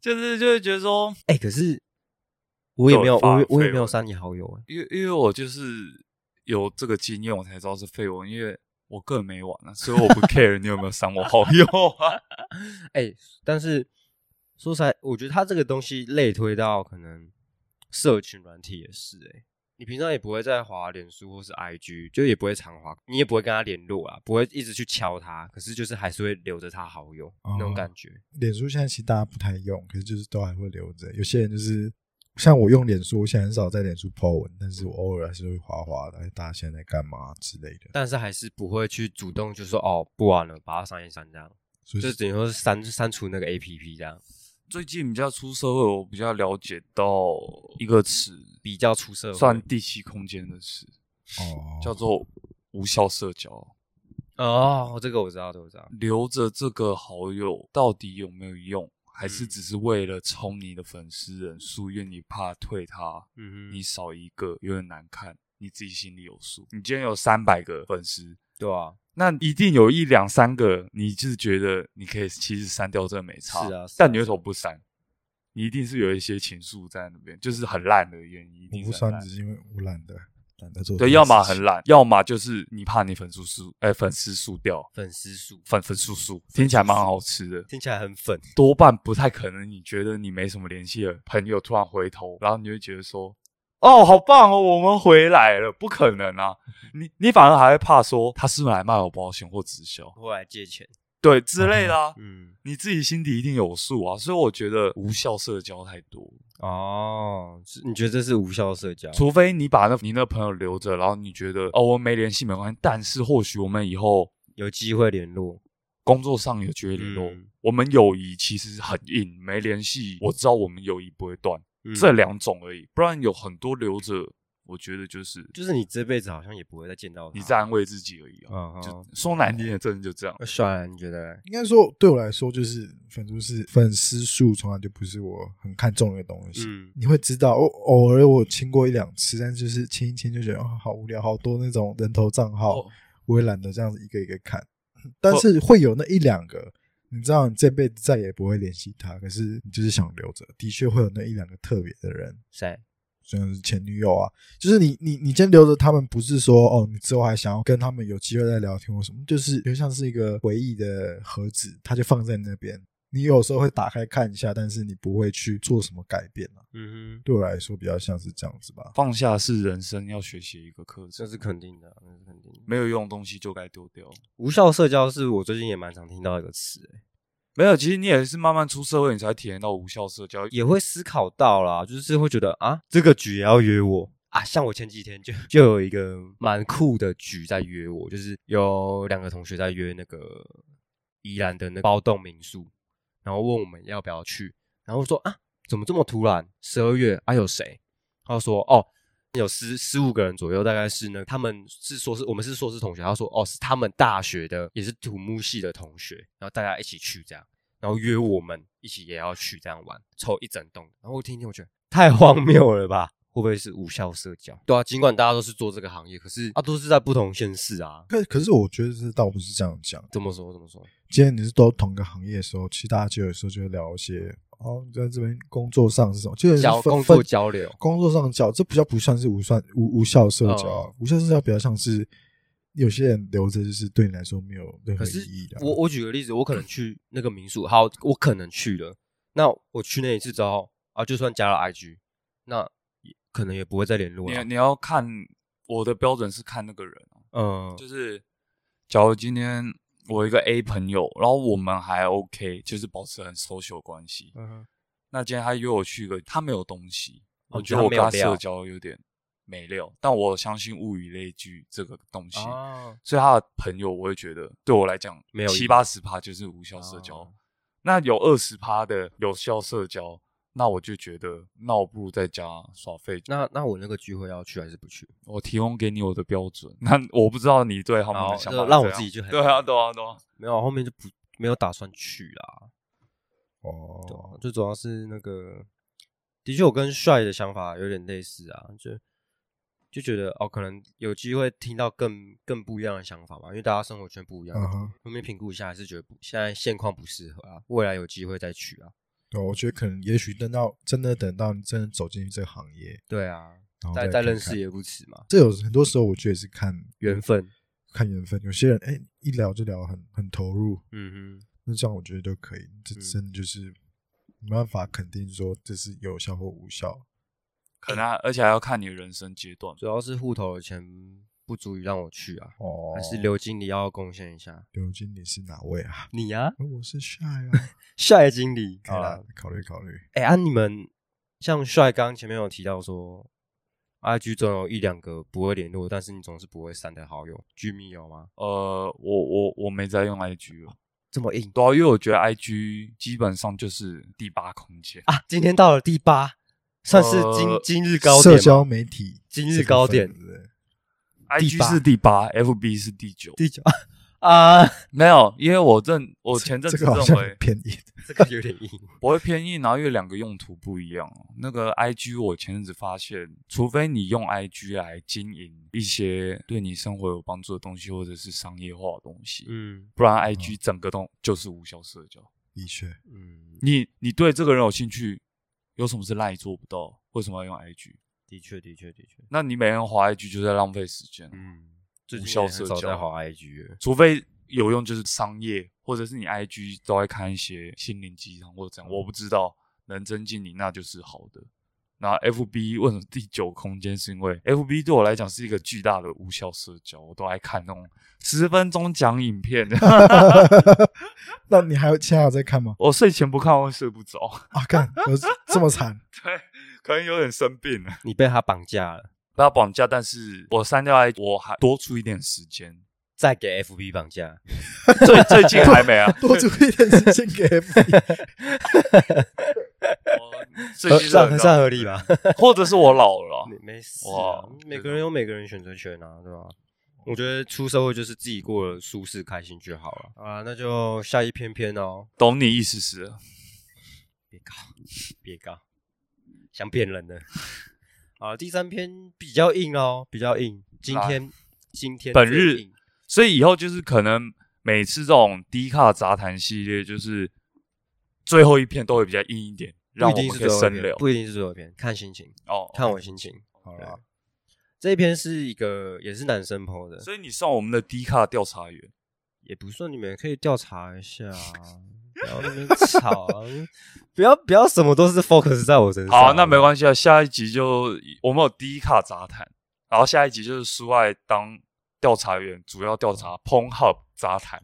Speaker 1: 就是就会觉得说，
Speaker 2: 哎、可是我也没
Speaker 1: 都有
Speaker 2: 有，
Speaker 1: 发
Speaker 2: 我也我也
Speaker 1: 绯
Speaker 2: 没有
Speaker 1: 闻
Speaker 2: 删你好友啊。
Speaker 1: 因为因为我就是有这个经验，我才知道是绯闻，因为我个人没玩啊，所以我不 care 你有没有删我 好友啊。
Speaker 2: 哎、但是说实在，我觉得他这个东西类推到可能社群软体也是、哎，你平常也不会在滑脸书或是 IG，就也不会常滑，你也不会跟他联络啊，不会一直去敲他，可是就是还是会留着他好友、那种
Speaker 3: 哦
Speaker 2: 感觉。
Speaker 3: 脸书现在其实大家不太用，可是就是都还会留着。有些人就是像我用脸书，我现在很少在脸书 po 文，但是我偶尔还是会滑滑的，哎大家现在在干嘛之类的。
Speaker 2: 但是还是不会去主动就说哦不玩了，把它删一删这样，
Speaker 3: 所以
Speaker 2: 就等于说是删删除那个 A P P 这样，
Speaker 1: 最近比较出社会，我比较了解到一个词，
Speaker 2: 比较出社会。
Speaker 1: 算第七空间的词，
Speaker 3: 哦，
Speaker 1: 叫做无效社交。
Speaker 2: 哦，这个我知道，这个我知道。
Speaker 1: 留着这个好友到底有没有用？还是
Speaker 2: 嗯
Speaker 1: 只是为了冲你的粉丝人数，因为你怕退他，
Speaker 2: 嗯
Speaker 1: 你
Speaker 2: 哼，
Speaker 1: 少一个有点难看，你自己心里有数。你今天有三百个粉丝，
Speaker 2: 对啊，
Speaker 1: 那一定有一两三个，你就是觉得你可以其实删掉，这个没差。
Speaker 2: 是啊是啊
Speaker 1: 但你为什么不删？你一定是有一些情愫在那边，就是很烂的原因。一
Speaker 3: 我
Speaker 1: 定
Speaker 3: 不
Speaker 1: 是很
Speaker 3: 删
Speaker 1: 烂
Speaker 3: 只是因为我懒得懒得做这件事情。
Speaker 1: 对，要么很懒，要么就是你怕你粉丝输，哎、粉丝输掉，
Speaker 2: 粉丝数
Speaker 1: 粉粉丝输，听起来蛮好吃的。
Speaker 2: 听起来很粉，
Speaker 1: 多半不太可能，你觉得你没什么联系的朋友突然回头，然后你就觉得说，哦，好棒哦，我们回来了，不可能啊！你你反而还会怕说他是不是来卖我保险或直销，
Speaker 2: 后来借钱。
Speaker 1: 对之类的啊，
Speaker 2: 嗯，
Speaker 1: 你自己心底一定有数啊。所以我觉得无效社交太多，
Speaker 2: 哦，是你觉得这是无效社交？
Speaker 1: 除非你把那你那朋友留着，然后你觉得哦，我们没联系没关系，但是或许我们以后
Speaker 2: 有机会联络，
Speaker 1: 工作上有机会联络。
Speaker 2: 嗯
Speaker 1: 我们友谊其实很硬，没联系，我知道我们友谊不会断。
Speaker 2: 嗯
Speaker 1: 这两种而已，不然有很多留着，我觉得就是
Speaker 2: 就是你这辈子好像也不会再见到他。
Speaker 1: 你在安慰自己而已啊。
Speaker 2: 嗯，
Speaker 1: 就
Speaker 2: 就
Speaker 1: 说难听点，真的就这样。
Speaker 2: 算了，你觉得嘞？
Speaker 3: 应该说对我来说，就是粉丝是粉丝数从来就不是我很看重的东西。
Speaker 2: 嗯，
Speaker 3: 你会知道，偶偶尔我亲过一两次，但是就是亲一亲就觉得哦，好无聊，好多那种人头账号，
Speaker 1: 哦
Speaker 3: 我也懒得这样子一个一个看。但是会有那一两个，你知道你这辈子再也不会联系他，可是你就是想留着。的确会有那一两个特别的人，
Speaker 2: 谁？
Speaker 3: 像是前女友啊，就是你你你先留着他们，不是说哦，你之后还想要跟他们有机会再聊天或什么，就是就像是一个回忆的盒子，它就放在那边。你有时候会打开看一下，但是你不会去做什么改变啊。
Speaker 2: 嗯哼，
Speaker 3: 对我来说，比较像是这样子吧。
Speaker 1: 放下是人生要学习一个课
Speaker 2: 这
Speaker 1: 程，
Speaker 2: 是肯定的，那是肯定的。
Speaker 1: 没有用的东西就该丢掉。
Speaker 2: 无效社交是我最近也蛮常听到一个词、欸，
Speaker 1: 没有，其实你也是慢慢出社会，你才体验到无效社交。
Speaker 2: 也会思考到啦，就是会觉得啊，这个局也要约我啊。像我前几天就 就有一个蛮酷的局在约我，就是有两个同学在约那个宜兰的那个包栋民宿，然后问我们要不要去，然后我说啊，怎么这么突然？十二月啊，有谁？他说哦。有十十五个人左右，大概是呢。他们是说是我们是硕士同学，他说哦是他们大学的，也是土木系的同学，然后大家一起去这样。然后约我们一起也要去这样玩，抽一整栋。然后我听听，我觉得 太荒谬了吧？会不会是无效社交？对啊，尽管大家都是做这个行业，可是啊，都是在不同县市啊。
Speaker 3: 可可是我觉得这倒不是这样讲。
Speaker 2: 怎么说？怎么说？
Speaker 3: 今天你是都同个行业的时候，其实大家就有时候就会聊一些哦，你在这边工作上是什么，就是
Speaker 2: 交
Speaker 3: 分
Speaker 2: 工作
Speaker 3: 分
Speaker 2: 交流
Speaker 3: 工作上交，这比较不算是无算无无效社交啊、
Speaker 2: 嗯
Speaker 3: 无效社交比较像是有些人留着，就是对你来说没有任
Speaker 2: 可
Speaker 3: 何
Speaker 2: 是
Speaker 3: 意义的啊、
Speaker 2: 我我举个例子，我可能 去那个民宿，好，我可能去了。那我去那一次之后啊，就算加了 IG，那也可能也不会再联络
Speaker 1: 你
Speaker 2: 了。
Speaker 1: 你要看我的标准是看那个人啊，
Speaker 2: 嗯，
Speaker 1: 就是假如今天我有一个 A 朋友，然后我们还 OK，就是保持很 social 关系。
Speaker 2: 嗯哼
Speaker 1: 那今天他约我去一个他没有东西，我
Speaker 2: 我
Speaker 1: 觉
Speaker 2: 觉
Speaker 1: 得
Speaker 2: 得
Speaker 1: 我
Speaker 2: 哦没
Speaker 1: 跟
Speaker 2: 有
Speaker 1: 他
Speaker 2: 料
Speaker 1: 社交有点没料，但我相信物以类聚这个东西，
Speaker 2: 哦，
Speaker 1: 所以他的朋友我会觉得对我来讲
Speaker 2: 没有意义
Speaker 1: 七八十趴就是无效社交，
Speaker 2: 哦
Speaker 1: 那有二十趴的有效社交，那我就觉得那我不如在家耍废。
Speaker 2: 那那我那个聚会要去还是不去？
Speaker 1: 我提供给你我的标准， 那我不知道你对他们
Speaker 2: 好
Speaker 1: 的想法
Speaker 2: 就是让
Speaker 1: 怎
Speaker 2: 我
Speaker 1: 样
Speaker 2: 自己去衡
Speaker 1: 对啊，
Speaker 2: 量
Speaker 1: 对啊，对啊。
Speaker 2: 没有，后面就不没有打算去啦。对啊
Speaker 3: 哦，
Speaker 2: 最主要是那个，的确我跟帅的想法有点类似啊，就就觉得哦，可能有机会听到更更不一样的想法吧，因为大家生活圈不一样。
Speaker 3: 嗯哼，
Speaker 2: 后面评估一下，还是觉得不现在现况不适合啊，未来有机会再去啊。
Speaker 3: 对，我觉得可能也许等到真的等到你真的走进去这个行业，
Speaker 2: 对啊，
Speaker 3: 然后
Speaker 2: 再
Speaker 3: 再
Speaker 2: 再认
Speaker 3: 哦看
Speaker 2: 识也不迟嘛，
Speaker 3: 这有很多时候我觉得也是看
Speaker 2: 缘分。
Speaker 3: 看缘分，有些人哎一聊就聊得很很投入，
Speaker 2: 嗯哼，
Speaker 3: 那这样我觉得就可以，这
Speaker 2: 嗯
Speaker 3: 真的就是没办法肯定说这是有效或无效。
Speaker 1: 可能还而且还要看你的人生阶段。
Speaker 2: 主要是户头的钱不足以让我去啊，
Speaker 3: 哦
Speaker 2: 还是刘经理要贡献一下。
Speaker 3: 刘经理是哪 位啊？
Speaker 2: 你啊，
Speaker 3: 哦我是帅 啊，
Speaker 2: 帅经理
Speaker 3: 可以啦
Speaker 2: 啊，，
Speaker 3: 考虑考虑。
Speaker 2: 哎、啊，你们像帅刚前面有提到说，IG 总有一两个不会联络，但是你总是不会删的好友，居民有吗？
Speaker 1: 呃，我我我没在用 IG 了，
Speaker 2: 这么硬
Speaker 1: 对啊，因为我觉得 IG 基本上就是第八空间。
Speaker 2: 啊！今天到了第八，算是今、
Speaker 1: 呃
Speaker 2: 今日高点
Speaker 3: 社
Speaker 2: 吗，
Speaker 3: 交媒体
Speaker 2: 今日高点
Speaker 3: 这部分对不对
Speaker 1: IG 是第八，FB 是第九。
Speaker 2: 第九 啊，
Speaker 1: 没有，因为我认我前阵
Speaker 3: 这
Speaker 1: 子
Speaker 3: 个好
Speaker 1: 认
Speaker 3: 像
Speaker 1: 为
Speaker 3: 很偏硬。
Speaker 2: 这个有点硬。
Speaker 1: 我会偏硬，然后因为两个用途不一样哦。那个 I G 我前阵子发现，除非你用 I G 来经营一些对你生活有帮助的东西，或者是商业化的东西，
Speaker 2: 嗯
Speaker 1: 不然 I G 整个东就是无效社交。
Speaker 3: 的确，
Speaker 2: 嗯，
Speaker 1: 你你对这个人有兴趣，有什么是赖做不到？为什么要用 I G？
Speaker 2: 的确，的确，的确，
Speaker 1: 那你每天滑 I G 就在浪费时间，啊
Speaker 2: 嗯，最
Speaker 1: 无
Speaker 2: 近
Speaker 1: 效
Speaker 2: 也很
Speaker 1: 社
Speaker 2: 少在
Speaker 1: 交
Speaker 2: 好 IG 了
Speaker 1: 除非有用就是商业，或者是你 I G 都在看一些心灵鸡汤或者怎
Speaker 2: 嗯
Speaker 1: 样，我不知道能增进你那就是好的。那 F B 为什么第九空间？是因为 F B 对我来讲是一个巨大的无效社交，我都爱看那种十分钟讲影片。
Speaker 3: 那你还有现在还有在看吗？
Speaker 1: 我睡前不看会睡不着，
Speaker 3: 啊，看 有这么惨，，
Speaker 1: 可能有点生病了。
Speaker 2: 你被他绑架了，
Speaker 1: 不要绑架，但是我删掉 I，我还多出一点时 间。
Speaker 2: 再给 FB 绑架，
Speaker 1: 最最近还没 啊
Speaker 3: 多注意一点时间给 FB。
Speaker 1: 我最近
Speaker 2: 呃算算合理吧？
Speaker 1: 或者是我老了啊、
Speaker 2: 没没事、
Speaker 1: 哇
Speaker 2: 啊，每个人有每个人选择权啊，对吧？我觉得出社会就是自己过得舒适开心就好了。好啊啦，那就下一篇篇哦，
Speaker 1: 懂你意思是了？
Speaker 2: 别搞，别搞，想骗人的。 啊，第三篇比较硬哦，比较硬。今天，今天
Speaker 1: 本
Speaker 2: 最
Speaker 1: 日
Speaker 2: 硬
Speaker 1: 所以以后就是可能每次这种低卡杂谈系列，就是最后一篇都会比较硬一点，让
Speaker 2: 不一
Speaker 1: 我们
Speaker 2: 定是
Speaker 1: 可
Speaker 2: 最
Speaker 1: 以
Speaker 2: 后一
Speaker 1: 深
Speaker 2: 篇
Speaker 1: 聊，。
Speaker 2: 不一定是最后一篇，看心情，
Speaker 1: 哦，
Speaker 2: 看我心情。
Speaker 3: 好
Speaker 2: 对
Speaker 3: 啦，
Speaker 2: 这一篇是一个也是男生 PO 的，
Speaker 1: 所以你算我们的低卡调查员，
Speaker 2: 也不算，你们也可以调查一下啊，不要那边吵啊， 不要不要什么都是 focus 在我身上。
Speaker 1: 好，那没关系啊，下一集就我们有低卡杂谈，然后下一集就是苏爱当调查员，主要调
Speaker 2: 嗯
Speaker 1: 查 p o n Hub 杂谈。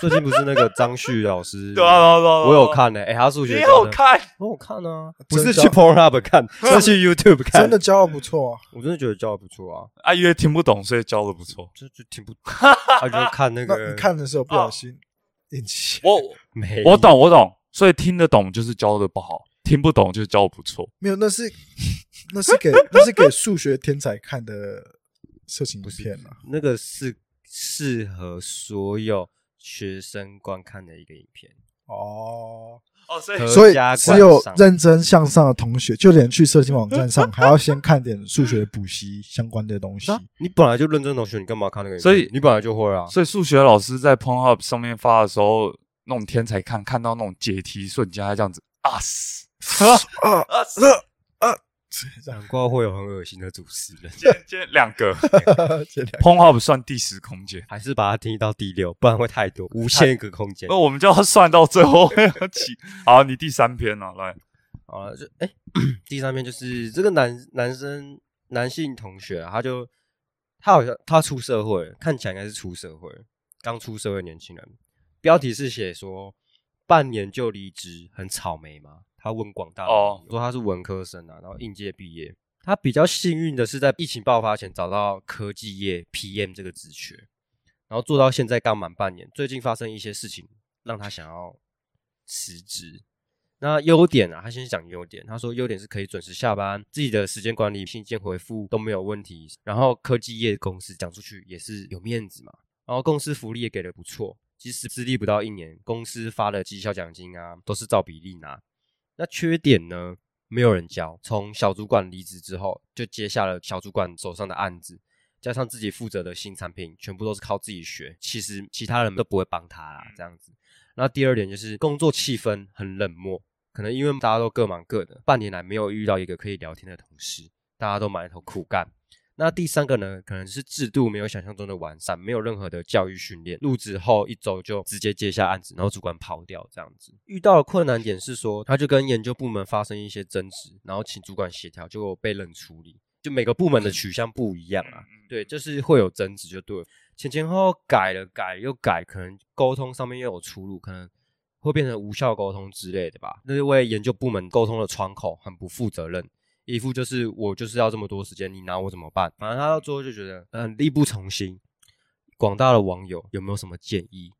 Speaker 2: 最近不是那个张旭老 师，
Speaker 1: 对啊，对啊对啊，对啊
Speaker 2: 我有，看呢、欸，哎、他数学
Speaker 1: 你
Speaker 2: 教得
Speaker 1: 有看？
Speaker 2: 我有看啊， 不
Speaker 3: 真
Speaker 2: 是
Speaker 3: 的
Speaker 2: 去 Pornhub 看，是去 YouTube 看，
Speaker 3: 真的，教的不错啊。
Speaker 2: 我真的觉得教的不错啊，
Speaker 1: 啊，因为听不懂，所以教的不错。
Speaker 2: 就就挺不， 啊，就看那
Speaker 3: 那
Speaker 2: 个，哦
Speaker 3: 你看的时候不小心引起，
Speaker 1: 我
Speaker 2: 没，
Speaker 1: 我，懂，我懂，所以听得懂就是教的不好，听不懂就是教的不错。
Speaker 3: 没有，那是那是给那是给数学天才看的色情影片啊。
Speaker 2: 那个是适合所有学生观看的一个影片，
Speaker 3: 哦，
Speaker 1: 哦，所以
Speaker 2: 合
Speaker 3: 所以
Speaker 2: 家
Speaker 3: 只有
Speaker 2: 观赏
Speaker 3: 认真向上的同学，就连去色情网站上，还要先看点数学补习相关的东西。
Speaker 2: 啊你本来就认真同学，你干嘛看那个影片？
Speaker 1: 所以
Speaker 2: 你本来就会啊，
Speaker 1: 所以数学老师在 p o n Hub 上面发的时候，那种天才看看到那种解题瞬间，他这样子啊死
Speaker 3: 啊
Speaker 1: 啊死，
Speaker 2: 难怪会有很恶心的主持人，
Speaker 1: 今天今天两个
Speaker 3: 这两
Speaker 1: p o n Hub 算第十空间，
Speaker 2: 还是把它听到第六，不然会太多，无限个空间
Speaker 1: 那。我们就要算到最后要起。 好，你第三篇了、来，
Speaker 2: 好了，就哎、第三篇就是这个男男生男性同学、啊，他就他好像他出社会了，看起来应该是出社会了，刚出社会的年轻人。标题是写说半年就离职，很草莓吗？他问广大
Speaker 1: 哦
Speaker 2: 哦，说他是文科生啊，然后应届毕业。他比较幸运的是，在疫情爆发前找到科技业 PM 这个职缺，然后做到现在刚满半年。最近发生一些事情，让他想要辞职。那优点啊，他先讲优点。他说优点是可以准时下班，自己的时间管理、信件回复都没有问题。然后科技业公司讲出去也是有面子嘛，然后公司福利也给的不错。其实资历不到一年，公司发的绩效奖金啊，都是照比例拿。那缺点呢？没有人教。从小主管离职之后，就接下了小主管手上的案子，加上自己负责的新产品，全部都是靠自己学。其实其他人都不会帮他啦，这样子。那第二点就是工作气氛很冷漠，可能因为大家都各忙各的，半年来没有遇到一个可以聊天的同事，大家都埋头苦干。那第三个呢，可能是制度没有想象中的完善，没有任何的教育训练。入职后一周就直接接下案子，然后主管跑掉这样子。遇到的困难点是说，他就跟研究部门发生一些争执，然后请主管协调，结果被冷处理。就每个部门的取向不一样啊，对，就是会有争执就对了。前前后后改了改又改，可能沟通上面又有出入，可能会变成无效沟通之类的吧。那就为研究部门沟通的窗口很不负责任，一副就是我就是要这么多时间，你拿我怎么办？反正他到最后就觉得嗯力不从心。广大的网友有没有什么建议？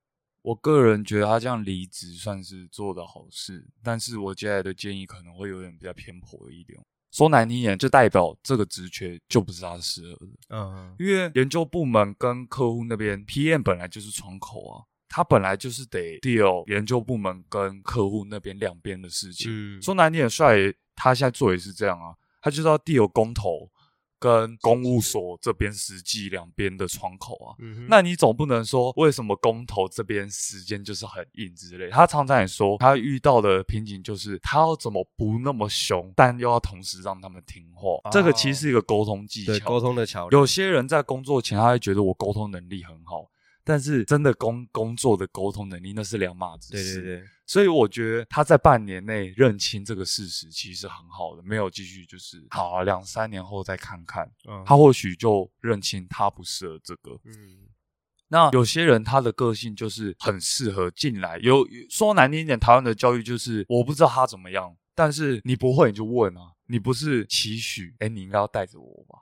Speaker 1: 我个人觉得他这样离职算是做的好事，但是我接下来的建议可能会有点比较偏颇一点。说难听一点，就代表这个职缺就不是他适合的。
Speaker 2: 嗯
Speaker 1: 因为研究部门跟客户那边 PM 本来就是窗口啊，他本来就是得 deal 研究部门跟客户那边两边的事情。
Speaker 2: 嗯
Speaker 1: 说难听点，帅爷他现在做也是这样啊，他就是要 deal 公投跟公务所这边实际两边的窗口啊。
Speaker 2: 嗯
Speaker 1: 那你总不能说为什么公投这边时间就是很硬之类。他常常也说，他遇到的瓶颈就是他要怎么不那么凶，但又要同时让他们听话。这个其实是一个沟通技
Speaker 2: 对
Speaker 1: 巧。
Speaker 2: 沟
Speaker 1: 啊
Speaker 2: 通的桥梁
Speaker 1: 有些人在工作前，他会觉得我沟通能力很好，但是真的工工作的沟通能力那是两码子
Speaker 2: 对
Speaker 1: 事。
Speaker 2: 对对，
Speaker 1: 所以我觉得他在半年内认清这个事实，其实很好的，没有继续就是好啊，两三年后再看看，
Speaker 2: 嗯
Speaker 1: 他或许就认清他不适合这个。
Speaker 2: 嗯
Speaker 1: 那有些人他的个性就是很适合进来，有说难听一点，台湾的教育就是我不知道他怎么样，但是你不会你就问啊，你不是期许，哎、你应该要带着我吧？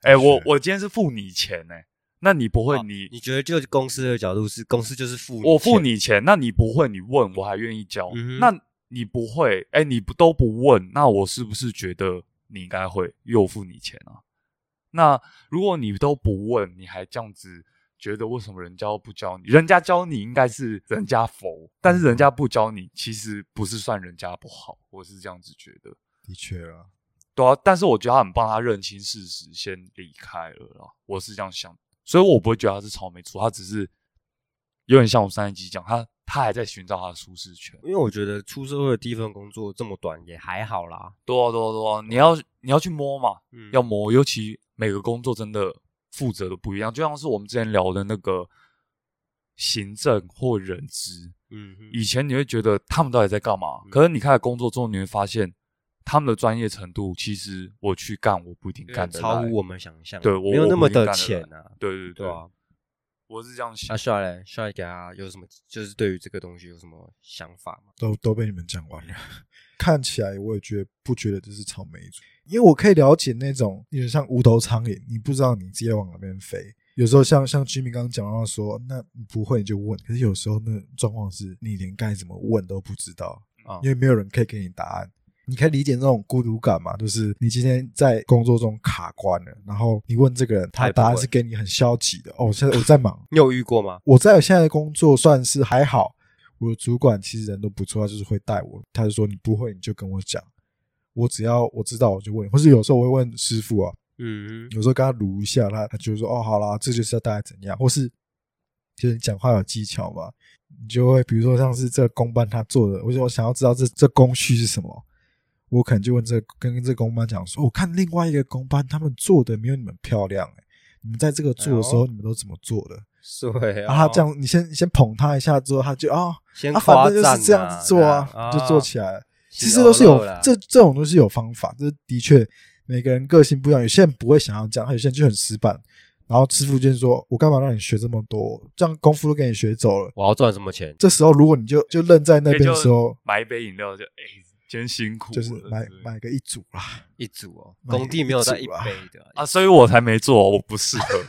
Speaker 1: 哎、我
Speaker 2: 是
Speaker 1: 我今天是付你钱哎、那你不会
Speaker 2: 哦
Speaker 1: 你
Speaker 2: 你觉得就公司的角度是公司就是付
Speaker 1: 我付
Speaker 2: 钱，
Speaker 1: 你钱，那你不会你问我还愿意教，
Speaker 2: 嗯哼
Speaker 1: 那你不会哎、你不都不问，那我是不是觉得你应该会又付你钱啊？那如果你都不问，你还这样子觉得为什么人家不教你？人家教你应该是人家佛，但
Speaker 2: 嗯
Speaker 1: 是人家不教你，其实不是算人家不好，我是这样子觉得。
Speaker 3: 的确啦，
Speaker 1: 对啊，但是我觉得他很帮他认清事实，先离开了啦。我是这样想，所以我不会觉得他是草莓族，他只是有点像我上一集讲，他他还在寻找他的舒适圈。
Speaker 2: 因为我觉得出社会的第一份工作这么短也还好啦，
Speaker 1: 对啊，对啊，对啊，你要你要去摸嘛，
Speaker 2: 嗯
Speaker 1: 要磨，尤其每个工作真的负责的不一样，就像是我们之前聊的那个行政或人资，
Speaker 2: 嗯哼
Speaker 1: 以前你会觉得他们到底在干
Speaker 2: 嗯
Speaker 1: 嘛，可是你开始工作之后，你会发现他们的专业程度，其实我去干，我不一定
Speaker 2: 有点
Speaker 1: 干得
Speaker 2: 超
Speaker 1: 来
Speaker 2: 乎我们想象，
Speaker 1: 对我
Speaker 2: 没有
Speaker 1: 我
Speaker 2: 那
Speaker 1: 不
Speaker 2: 么
Speaker 1: 一定
Speaker 2: 的
Speaker 1: 干得
Speaker 2: 浅
Speaker 1: 来
Speaker 2: 啊，
Speaker 1: 对对
Speaker 2: 对啊。
Speaker 1: 我是这样想
Speaker 2: 那。帅嘞，帅给他有什么？就是对于这个东西有什么想法吗？
Speaker 3: 都都被你们讲完了。看起来我也觉得不觉得这是草莓族，因为我可以了解那种有点像无头苍蝇，你不知道你直接往哪边飞。有时候像像 Jimmy 刚刚讲到说，那你不会你就问，可是有时候那状况是你连该怎么问都不知道，
Speaker 2: 啊
Speaker 3: 因为没有人可以给你答案。你可以理解那种孤独感嘛，就是你今天在工作中卡关了，然后你问这个人，
Speaker 2: 他
Speaker 3: 他
Speaker 2: 也不
Speaker 3: 答案
Speaker 2: 会
Speaker 3: 是给你很消极的。哦，我现在我在忙，
Speaker 2: 你有遇过吗？
Speaker 3: 我在我现在的工作算是还好，我的主管其实人都不错，他就是会带我，他就说你不会你就跟我讲，我只要我知道我就问，或是有时候我会问师傅啊，
Speaker 2: 嗯，
Speaker 3: 有时候跟他撸一下，他他就说哦好啦，这就是要大概怎样，或是就是你讲话有技巧嘛，你就会比如说像是这个公办他做的，我说我想要知道这这工序是什么。我可能就问这跟跟这公班讲说，我看另外一个公班他们做的没有你们漂亮、欸，你们在这个做的时
Speaker 2: 哎
Speaker 3: 候，
Speaker 2: 呦
Speaker 3: 你们都怎么做的？
Speaker 2: 是会哦
Speaker 3: 然后啊他这，样，你先先捧他一下之后，他就啊，
Speaker 2: 先
Speaker 3: 啊，
Speaker 2: 夸
Speaker 3: 反
Speaker 2: 赞
Speaker 3: 正就是这样子做啊，就做起
Speaker 2: 来，
Speaker 3: 来了。
Speaker 2: 是
Speaker 3: 其实都是有
Speaker 2: 哦肉啦
Speaker 3: 这这种都是有方法，这的确每个人个性不一样，有些人不会想要这样，有些人就很死板。然后师傅就说：“我干嘛让你学这么多？这样功夫都给你学走了。
Speaker 2: 我要赚什么钱”？
Speaker 3: 这时候如果你就就愣在那边的时候，
Speaker 1: 买一杯饮料就哎、今天辛苦了，
Speaker 3: 就是买
Speaker 1: 对
Speaker 3: 买个一组啦。
Speaker 2: 一组哦，
Speaker 3: 买
Speaker 2: 工地没有在
Speaker 3: 一
Speaker 2: 一
Speaker 3: 组啊
Speaker 2: 杯的，
Speaker 1: 啊，所以我才没做，我不适 合。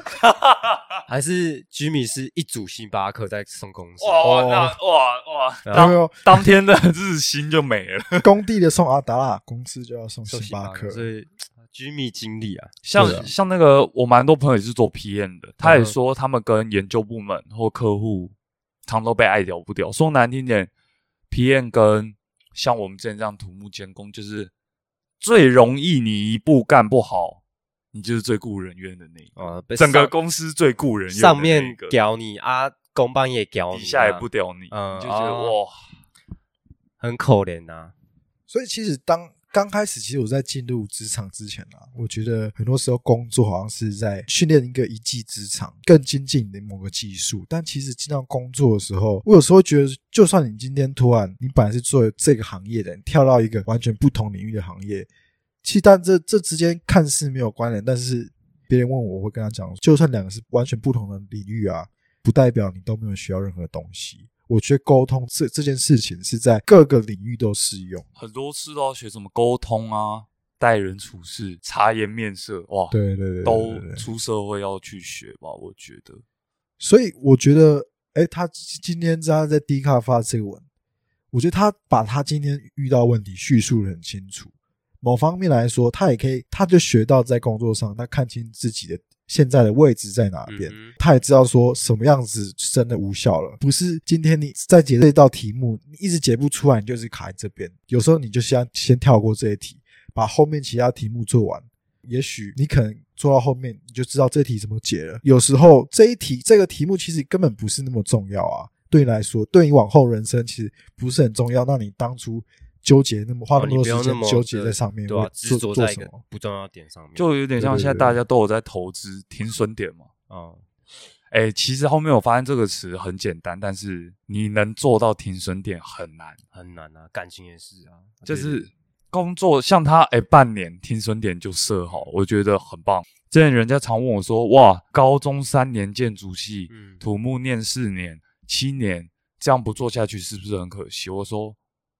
Speaker 2: 还是居米是一组星巴克在送公司，
Speaker 1: 哇哇
Speaker 3: 哦
Speaker 1: 那哇哇，
Speaker 2: 然
Speaker 3: 然
Speaker 1: 当
Speaker 3: 后
Speaker 1: 当天的日薪就没了。
Speaker 3: 工地的送阿达啦，公司就要送
Speaker 2: 送
Speaker 3: 星
Speaker 2: 星
Speaker 3: 巴
Speaker 2: 巴
Speaker 3: 克
Speaker 2: 克，。所以居米经理啊，对啊嗯
Speaker 1: 像像那个，我蛮多朋友也是做 PM 的，他也说他们跟研究部门或客户常都被爱屌不屌。说难听点，PM 跟像我们之前这样土木监工，就是最容易你一步干不好，你就是最雇人怨的那一个。
Speaker 2: 呃，被
Speaker 1: 整个
Speaker 2: 上
Speaker 1: 公司最雇人怨的
Speaker 2: 上
Speaker 1: 那一
Speaker 2: 面
Speaker 1: 个
Speaker 2: 屌你啊，公办也屌你啊，
Speaker 1: 底下也不屌你，
Speaker 2: 嗯
Speaker 1: 你就觉得
Speaker 2: 哦
Speaker 1: 哇，
Speaker 2: 很可怜啊呐。
Speaker 3: 所以其实当刚开始，其实我在进入职场之前啊，我觉得很多时候工作好像是在训练一个一技之长，更精进你的某个技术。但其实进到工作的时候，我有时候觉得，就算你今天突然你本来是做这个行业的，你跳到一个完全不同领域的行业，其实但这这之间看似没有关联，但是别人问我，我会跟他讲，就算两个是完全不同的领域啊，不代表你都没有学到任何东西。我觉得沟通这这件事情是在各个领域都适用。
Speaker 1: 很多次都要学什么沟通啊、待人处事、察言面色，哇，
Speaker 3: 对对对，对
Speaker 1: 都
Speaker 3: 对对
Speaker 1: 出社会要去学吧，我觉得。
Speaker 3: 所以我觉得，哎，他今天他在 D 卡发这个文，我觉得他把他今天遇到问题叙述的很清楚。某方面来说，他也可以，他就学到在工作上，他看清自己的现在的位置在哪边，
Speaker 2: 嗯哼
Speaker 3: 他也知道说什么样子真的无效了。不是今天你在解这道题目，你一直解不出来，你就是卡在这边。有时候你就先先跳过这一题，把后面其他题目做完，也许你可能做到后面，你就知道这题怎么解了。有时候这一题这个题目其实根本不是那么重要啊，对你来说，对你往后人生其实不是很重要。那你当初纠结那么花
Speaker 2: 哦
Speaker 3: 那
Speaker 2: 你
Speaker 3: 么多
Speaker 2: 不要
Speaker 3: 时
Speaker 2: 那
Speaker 3: 间
Speaker 2: 么
Speaker 3: 纠结
Speaker 2: 对
Speaker 3: 在上面，
Speaker 2: 对啊
Speaker 3: 会
Speaker 2: 执着
Speaker 3: 做做
Speaker 2: 在一
Speaker 3: 什
Speaker 2: 个
Speaker 3: 么？
Speaker 2: 不重要的点上面，
Speaker 1: 就有点像
Speaker 3: 对对
Speaker 1: 现在
Speaker 3: 对
Speaker 1: 大家都有在投资停损点嘛。
Speaker 2: 哦，
Speaker 1: 哎、其实后面我发现这个词很简单，但是你能做到停损点很难。
Speaker 2: 很难啊，感情也是啊，
Speaker 1: 就是工作像他哎、半年停损点就设好，我觉得很棒。之前人家常问我说，哇，高中三年建筑系，
Speaker 2: 嗯
Speaker 1: 土木念四年、七年，这样不做下去是不是很可惜？我说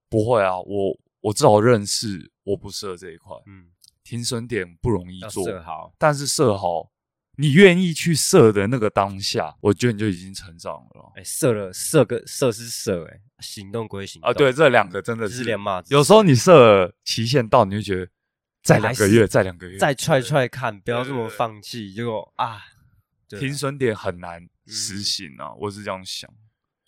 Speaker 1: 不会啊，我我至少认识我不适合这一块，
Speaker 2: 嗯，
Speaker 1: 停损点不容易
Speaker 2: 要
Speaker 1: 做，
Speaker 2: 设啊好，
Speaker 1: 但是设好，你愿意去设的那个当下，我觉得你就已经成长了
Speaker 2: 哎，设了设个设是设，哎，行动归行
Speaker 1: 啊。对，，这两个真的
Speaker 2: 这
Speaker 1: 是
Speaker 2: 是两码子，
Speaker 1: 有时候你设了期限到，你就觉得再两个
Speaker 2: 还
Speaker 1: 月，
Speaker 2: 是
Speaker 1: 再两个月，
Speaker 2: 再踹踹看，不要
Speaker 1: 对
Speaker 2: 这么
Speaker 1: 对对
Speaker 2: 放弃，结果啊，对啊嗯
Speaker 1: 停损点很难实行啊，我是这样想。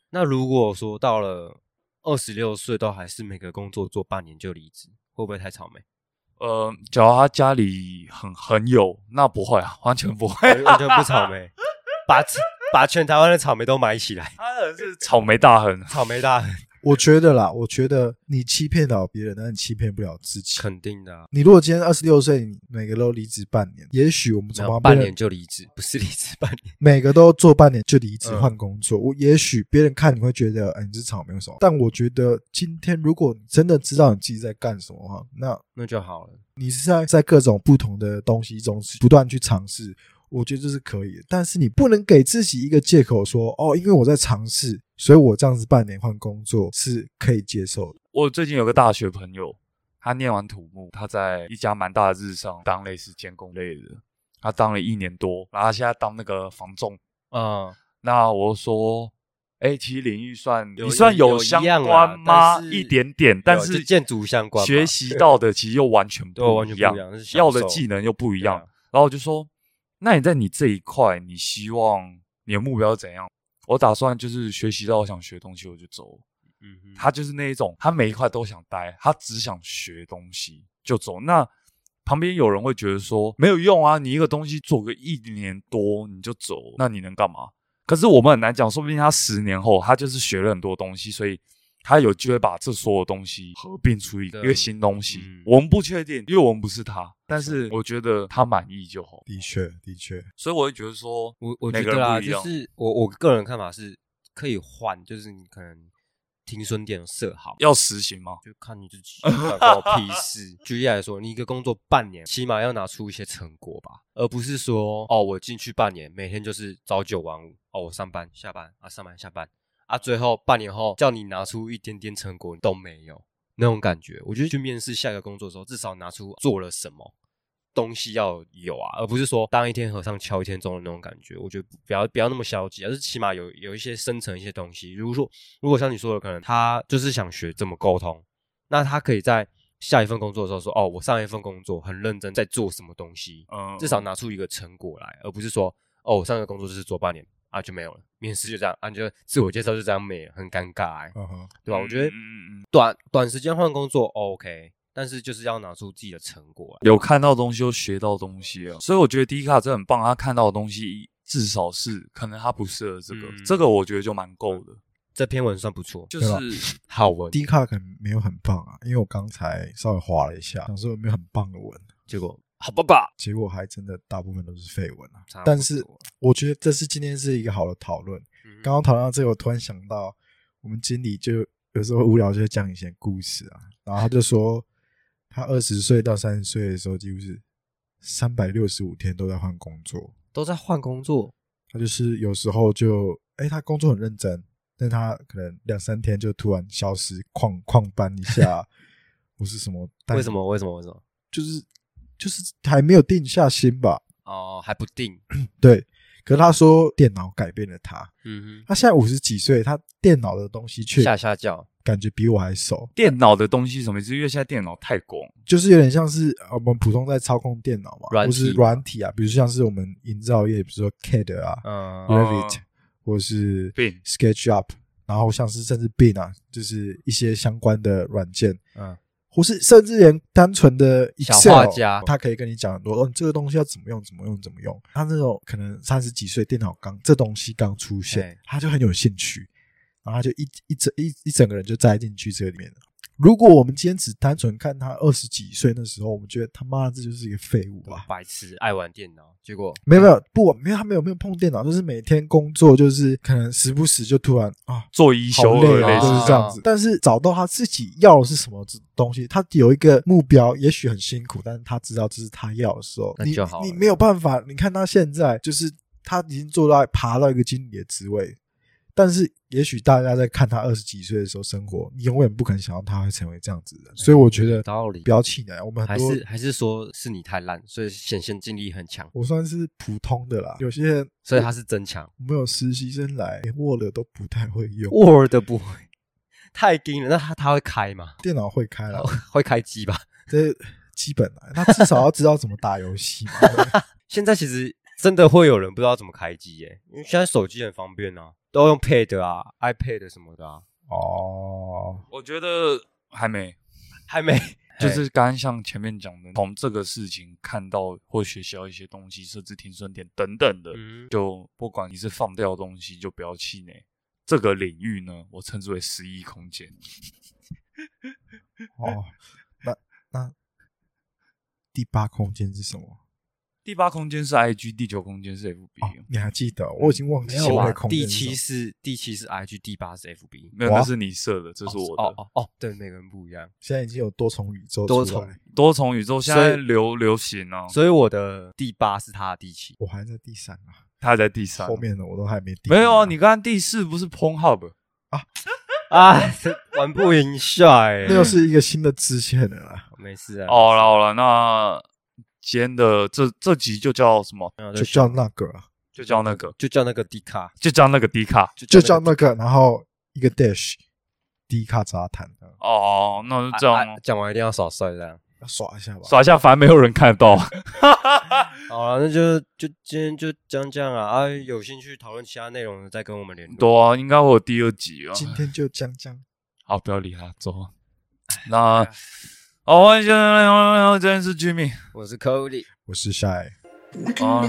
Speaker 2: 那如果说到了二十六岁都还是每个工作做半年就离职，会不会太草莓？
Speaker 1: 呃，假如他家里很很有，那不会啊，完全不会。
Speaker 2: 完全不草莓，把把全台湾的草莓都买起来，
Speaker 1: 他可能是草莓大亨，
Speaker 2: 草莓大亨
Speaker 3: 我觉得啦，我觉得你欺骗了别人，但你欺骗不了自己。
Speaker 2: 肯定的啊、
Speaker 3: 你如果今天二十六岁，你每个都离职半年，也许我们
Speaker 1: 啊
Speaker 3: 从
Speaker 2: 没有
Speaker 3: 旁
Speaker 2: 半
Speaker 3: 边
Speaker 2: 年
Speaker 3: 人
Speaker 2: 就离职，不是离职半年，
Speaker 3: 每个都做半年就离职
Speaker 2: 嗯
Speaker 3: 换工作，我也许别人看你会觉得，哎，你是草莓有什么？但我觉得今天如果你真的知道你自己在干什么的话，那
Speaker 2: 那就好了。
Speaker 3: 你是在在各种不同的东西中不断去尝试，我觉得这是可以的。但是你不能给自己一个借口说，哦，因为我在尝试，所以我这样子半年换工作是可以接受的。
Speaker 1: 我最近有个大学朋友，他念完土木，他在一家蛮大的日商当类似监工类的，他当了一年多，然后他现在当那个房仲。
Speaker 2: 嗯，
Speaker 1: 那我说，哎，其实领域算
Speaker 2: 有
Speaker 1: 你算
Speaker 2: 有有一
Speaker 1: 相
Speaker 2: 样啦
Speaker 1: 关吗？
Speaker 2: 但是
Speaker 1: 一点点，但
Speaker 2: 有就是建筑相关嘛
Speaker 1: 学习到的其实又完全
Speaker 2: 对，啊完
Speaker 1: 一
Speaker 2: 全
Speaker 1: 样
Speaker 2: 不一，样，是享
Speaker 1: 要的
Speaker 2: 受
Speaker 1: 技能又不一
Speaker 2: 对啊
Speaker 1: 样。然后我就说，那你在你这一块，你希望你的目标是怎样？我打算就是学习到我想学的东西，我就走。
Speaker 2: 嗯哼，
Speaker 1: 他就是那一种，他每一块都想待，他只想学东西就走。那旁边有人会觉得说没有用啊，你一个东西做个一年多你就走，那你能干嘛？可是我们很难讲，说不定他十年后他就是学了很多东西，所以他有机会把这所有东西合并出一
Speaker 2: 对
Speaker 1: 一个新东西。
Speaker 2: 嗯
Speaker 1: 我们不确定，因为我们不是他，但是我觉得他满意就好。
Speaker 3: 的确，的确，
Speaker 1: 所以我会觉得说，
Speaker 2: 我我觉
Speaker 1: 每个
Speaker 2: 得
Speaker 1: 人
Speaker 2: 啦，
Speaker 1: 不一
Speaker 2: 就
Speaker 1: 样。
Speaker 2: 是我我个人看法是可以换，就是你可能停损点设好，
Speaker 1: 要实行吗？
Speaker 2: 就看你自己，关我屁事。举例来说，你一个工作半年，起码要拿出一些成果吧，而不是说哦，我进去半年，每天就是早九晚五，哦，我上班下班啊，上班下班啊，最后半年后叫你拿出一点点成果你都没有，那种感觉。我觉得去面试下一个工作的时候，至少拿出做了什么东西要有啊，而不是说当一天和尚敲一天钟的那种感觉。我觉得不不要不要那么消极，而是起码有有一些深层一些东西。如果说如果像你说的，可能他就是想学怎么沟通，那他可以在下一份工作的时候说：“哦，我上一份工作很认真在做什么东西，
Speaker 1: 嗯，
Speaker 2: 至少拿出一个成果来，而不是说哦，我上个工作就是做半年啊就没有了，面试就这样啊，你就自我介绍就这样没了，很尴尬、欸，
Speaker 3: 嗯哼，
Speaker 2: 对吧？我觉得
Speaker 1: 嗯嗯嗯
Speaker 2: 短短时间换工作、哦 OK，但是就是要拿出自己的成果啊来。
Speaker 1: 有看到东西就学到东西啊，所以我觉得迪卡真的很棒，他看到的东西至少是可能他不适合这个，
Speaker 2: 嗯
Speaker 1: 这个我觉得就蛮够的，
Speaker 2: 这篇文算不错，
Speaker 1: 就
Speaker 3: 对吧啊
Speaker 1: 是
Speaker 2: 好文，
Speaker 3: 低卡可能没有很棒啊，因为我刚才稍微划了一下，想说有没有很棒的文，
Speaker 2: 结果好爸爸，
Speaker 3: 结果还真的大部分都是废文啊
Speaker 2: 差不。多
Speaker 3: 但是我觉得这是今天是一个好的讨论。
Speaker 2: 嗯
Speaker 3: 刚刚讨论到这个，我突然想到，我们经理就有时候无聊就会讲以前故事啊，然后他就说，他二十岁到三十岁的时候，几乎是三百六十五天都在换工作。
Speaker 2: 都在换工作，
Speaker 3: 他就是有时候就，哎、他工作很认真，但他可能两三天就突然消失，旷旷班 一下，不是什么，但
Speaker 2: 为什么？为什么？为什么？
Speaker 3: 就是就是还没有定下心吧？
Speaker 2: 哦，还不定，
Speaker 3: 对，可是他说电脑改变了他，
Speaker 2: 嗯
Speaker 3: 他现在五十几岁，他电脑的东西
Speaker 2: 哼，
Speaker 3: 却
Speaker 2: 下下叫，
Speaker 3: 感觉比我还熟，
Speaker 1: 电脑的东西是什么意思？因为现在电脑太广，
Speaker 3: 就是有点像是呃我们普通在操控电脑嘛，
Speaker 2: 软
Speaker 3: 或
Speaker 2: 体
Speaker 3: 是软体啊，比如像是我们营造业，比如说 CAD 啊、
Speaker 2: 嗯，
Speaker 1: 哦
Speaker 3: Revit，或是
Speaker 1: Bing
Speaker 3: SketchUp，然后像是甚至 Bing 啊，就是一些相关的软件，
Speaker 2: 嗯，
Speaker 3: 或是甚至连单纯的
Speaker 2: 小
Speaker 3: Excel，
Speaker 2: 画家
Speaker 3: 他可以跟你讲很多，哦，你这个东西要怎么用，怎么用，怎么用。他那种可能三十几岁电脑刚这东西刚出现
Speaker 2: 对，
Speaker 3: 他就很有兴趣，然后他就一一整一一整个人就栽进去这里面了。如果我们今天只单纯看他二十几岁那时候，我们觉得他妈的这就是一个废物啊吧？
Speaker 2: 白痴，爱玩电脑，结果
Speaker 3: 没有没有不，没有他没有没有碰电脑，就是每天工作，就是可能时不时就突然啊
Speaker 1: 做一休
Speaker 3: 好
Speaker 1: 二
Speaker 3: 累
Speaker 1: 类
Speaker 3: 啊，
Speaker 1: 似这
Speaker 3: 就是
Speaker 1: 样
Speaker 3: 这样子。但是找到他自己要的是什么东西，他有一个目标，也许很辛苦，但是他知道这是他要的时候，
Speaker 2: 那
Speaker 3: 你
Speaker 2: 就好了
Speaker 3: 你没有办法。你看他现在就是他已经做到爬到一个经理的职位，但是也许大家在看他二十几岁的时候生活，你永远不可能想到他会成为这样子的人。所以我觉得
Speaker 2: 有道理
Speaker 3: 不要气馁，我们很
Speaker 2: 还
Speaker 3: 多
Speaker 2: 是还是说是你太烂，所以显现精力很强，
Speaker 3: 我算是普通的啦，有些人
Speaker 2: 所以他是增强。
Speaker 3: 我们有实习生来，连 Word 都不太会用，
Speaker 2: Word 不会，太硬了。那他他会开吗？
Speaker 3: 电脑会开了，
Speaker 2: 会开机吧？
Speaker 3: 这基本啊，他至少要知道怎么打游戏嘛。
Speaker 2: 现在其实真的会有人不知道怎么开机耶，因为现在手机很方便啊，都用 Pad 啊、iPad 什么的啊。
Speaker 3: 哦，
Speaker 1: 我觉得还没，
Speaker 2: 还没，
Speaker 1: 就是刚刚像前面讲的，从这个事情看到或学习到一些东西，设置停损点等等的，
Speaker 2: 嗯，
Speaker 1: 就不管你是放掉的东西，就不要气馁。这个领域呢，我称之为十一空间。
Speaker 3: 哦，那那第八空间是什么？
Speaker 1: 第八空间是 IG，第九空间是 FB，、
Speaker 3: 哦，你还记得？我已经忘记
Speaker 2: 没
Speaker 3: 前
Speaker 2: 有
Speaker 3: 面
Speaker 2: 吧
Speaker 3: 的？啊空
Speaker 2: 第
Speaker 3: 间是什
Speaker 2: 七
Speaker 3: 么
Speaker 2: 是第七是 IG，第八是 FB。
Speaker 1: 没有，
Speaker 3: 哇
Speaker 1: 那是你设的，这是我的。
Speaker 2: 哦哦哦，对，每个人不一样。
Speaker 3: 现在已经有多重宇宙
Speaker 2: 多
Speaker 3: 出来
Speaker 2: 重
Speaker 1: 多重宇宙现在
Speaker 2: 所以
Speaker 1: 流流行啊，
Speaker 2: 所以我的第八是他的第 七，
Speaker 3: 我还在第三啊，
Speaker 1: 它在第三。
Speaker 3: 后面的我都还没第一
Speaker 1: 没有啊，你刚刚第四不是 Pornhub？
Speaker 2: 啊，玩不赢下哎
Speaker 3: 那又是一个新的支线了啦，
Speaker 2: 没事啊。
Speaker 1: 哦，好了好了，那今天的这这集就叫什么？
Speaker 2: 了
Speaker 3: 就叫那个啊，
Speaker 1: 就叫那个，
Speaker 2: 就叫那个 D 卡，
Speaker 1: 就叫那个迪卡。
Speaker 2: 就
Speaker 3: 就叫那个，然后一个 dash 低卡杂谈，
Speaker 1: 哦，那就这样
Speaker 2: 啊
Speaker 1: 咯
Speaker 2: 啊，讲完一定要耍帅这样。
Speaker 3: 要耍一下吧。
Speaker 1: 耍一下，反正没有人看得到。
Speaker 2: 好了，那就就今天就讲讲啊啊，有兴趣讨论其他内容的再跟我们联络。
Speaker 1: 对啊，应该会有第二集啊。
Speaker 3: 今天就将将，
Speaker 1: 好，不要理他，走啊。那好，欢迎先生，这边是 Jimmy。
Speaker 2: 我是 Cody，
Speaker 3: 我是夏雨。
Speaker 1: 啊，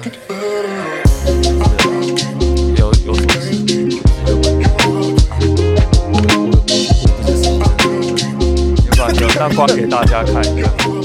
Speaker 1: 有有什么事？没关系，那关给大家看一下。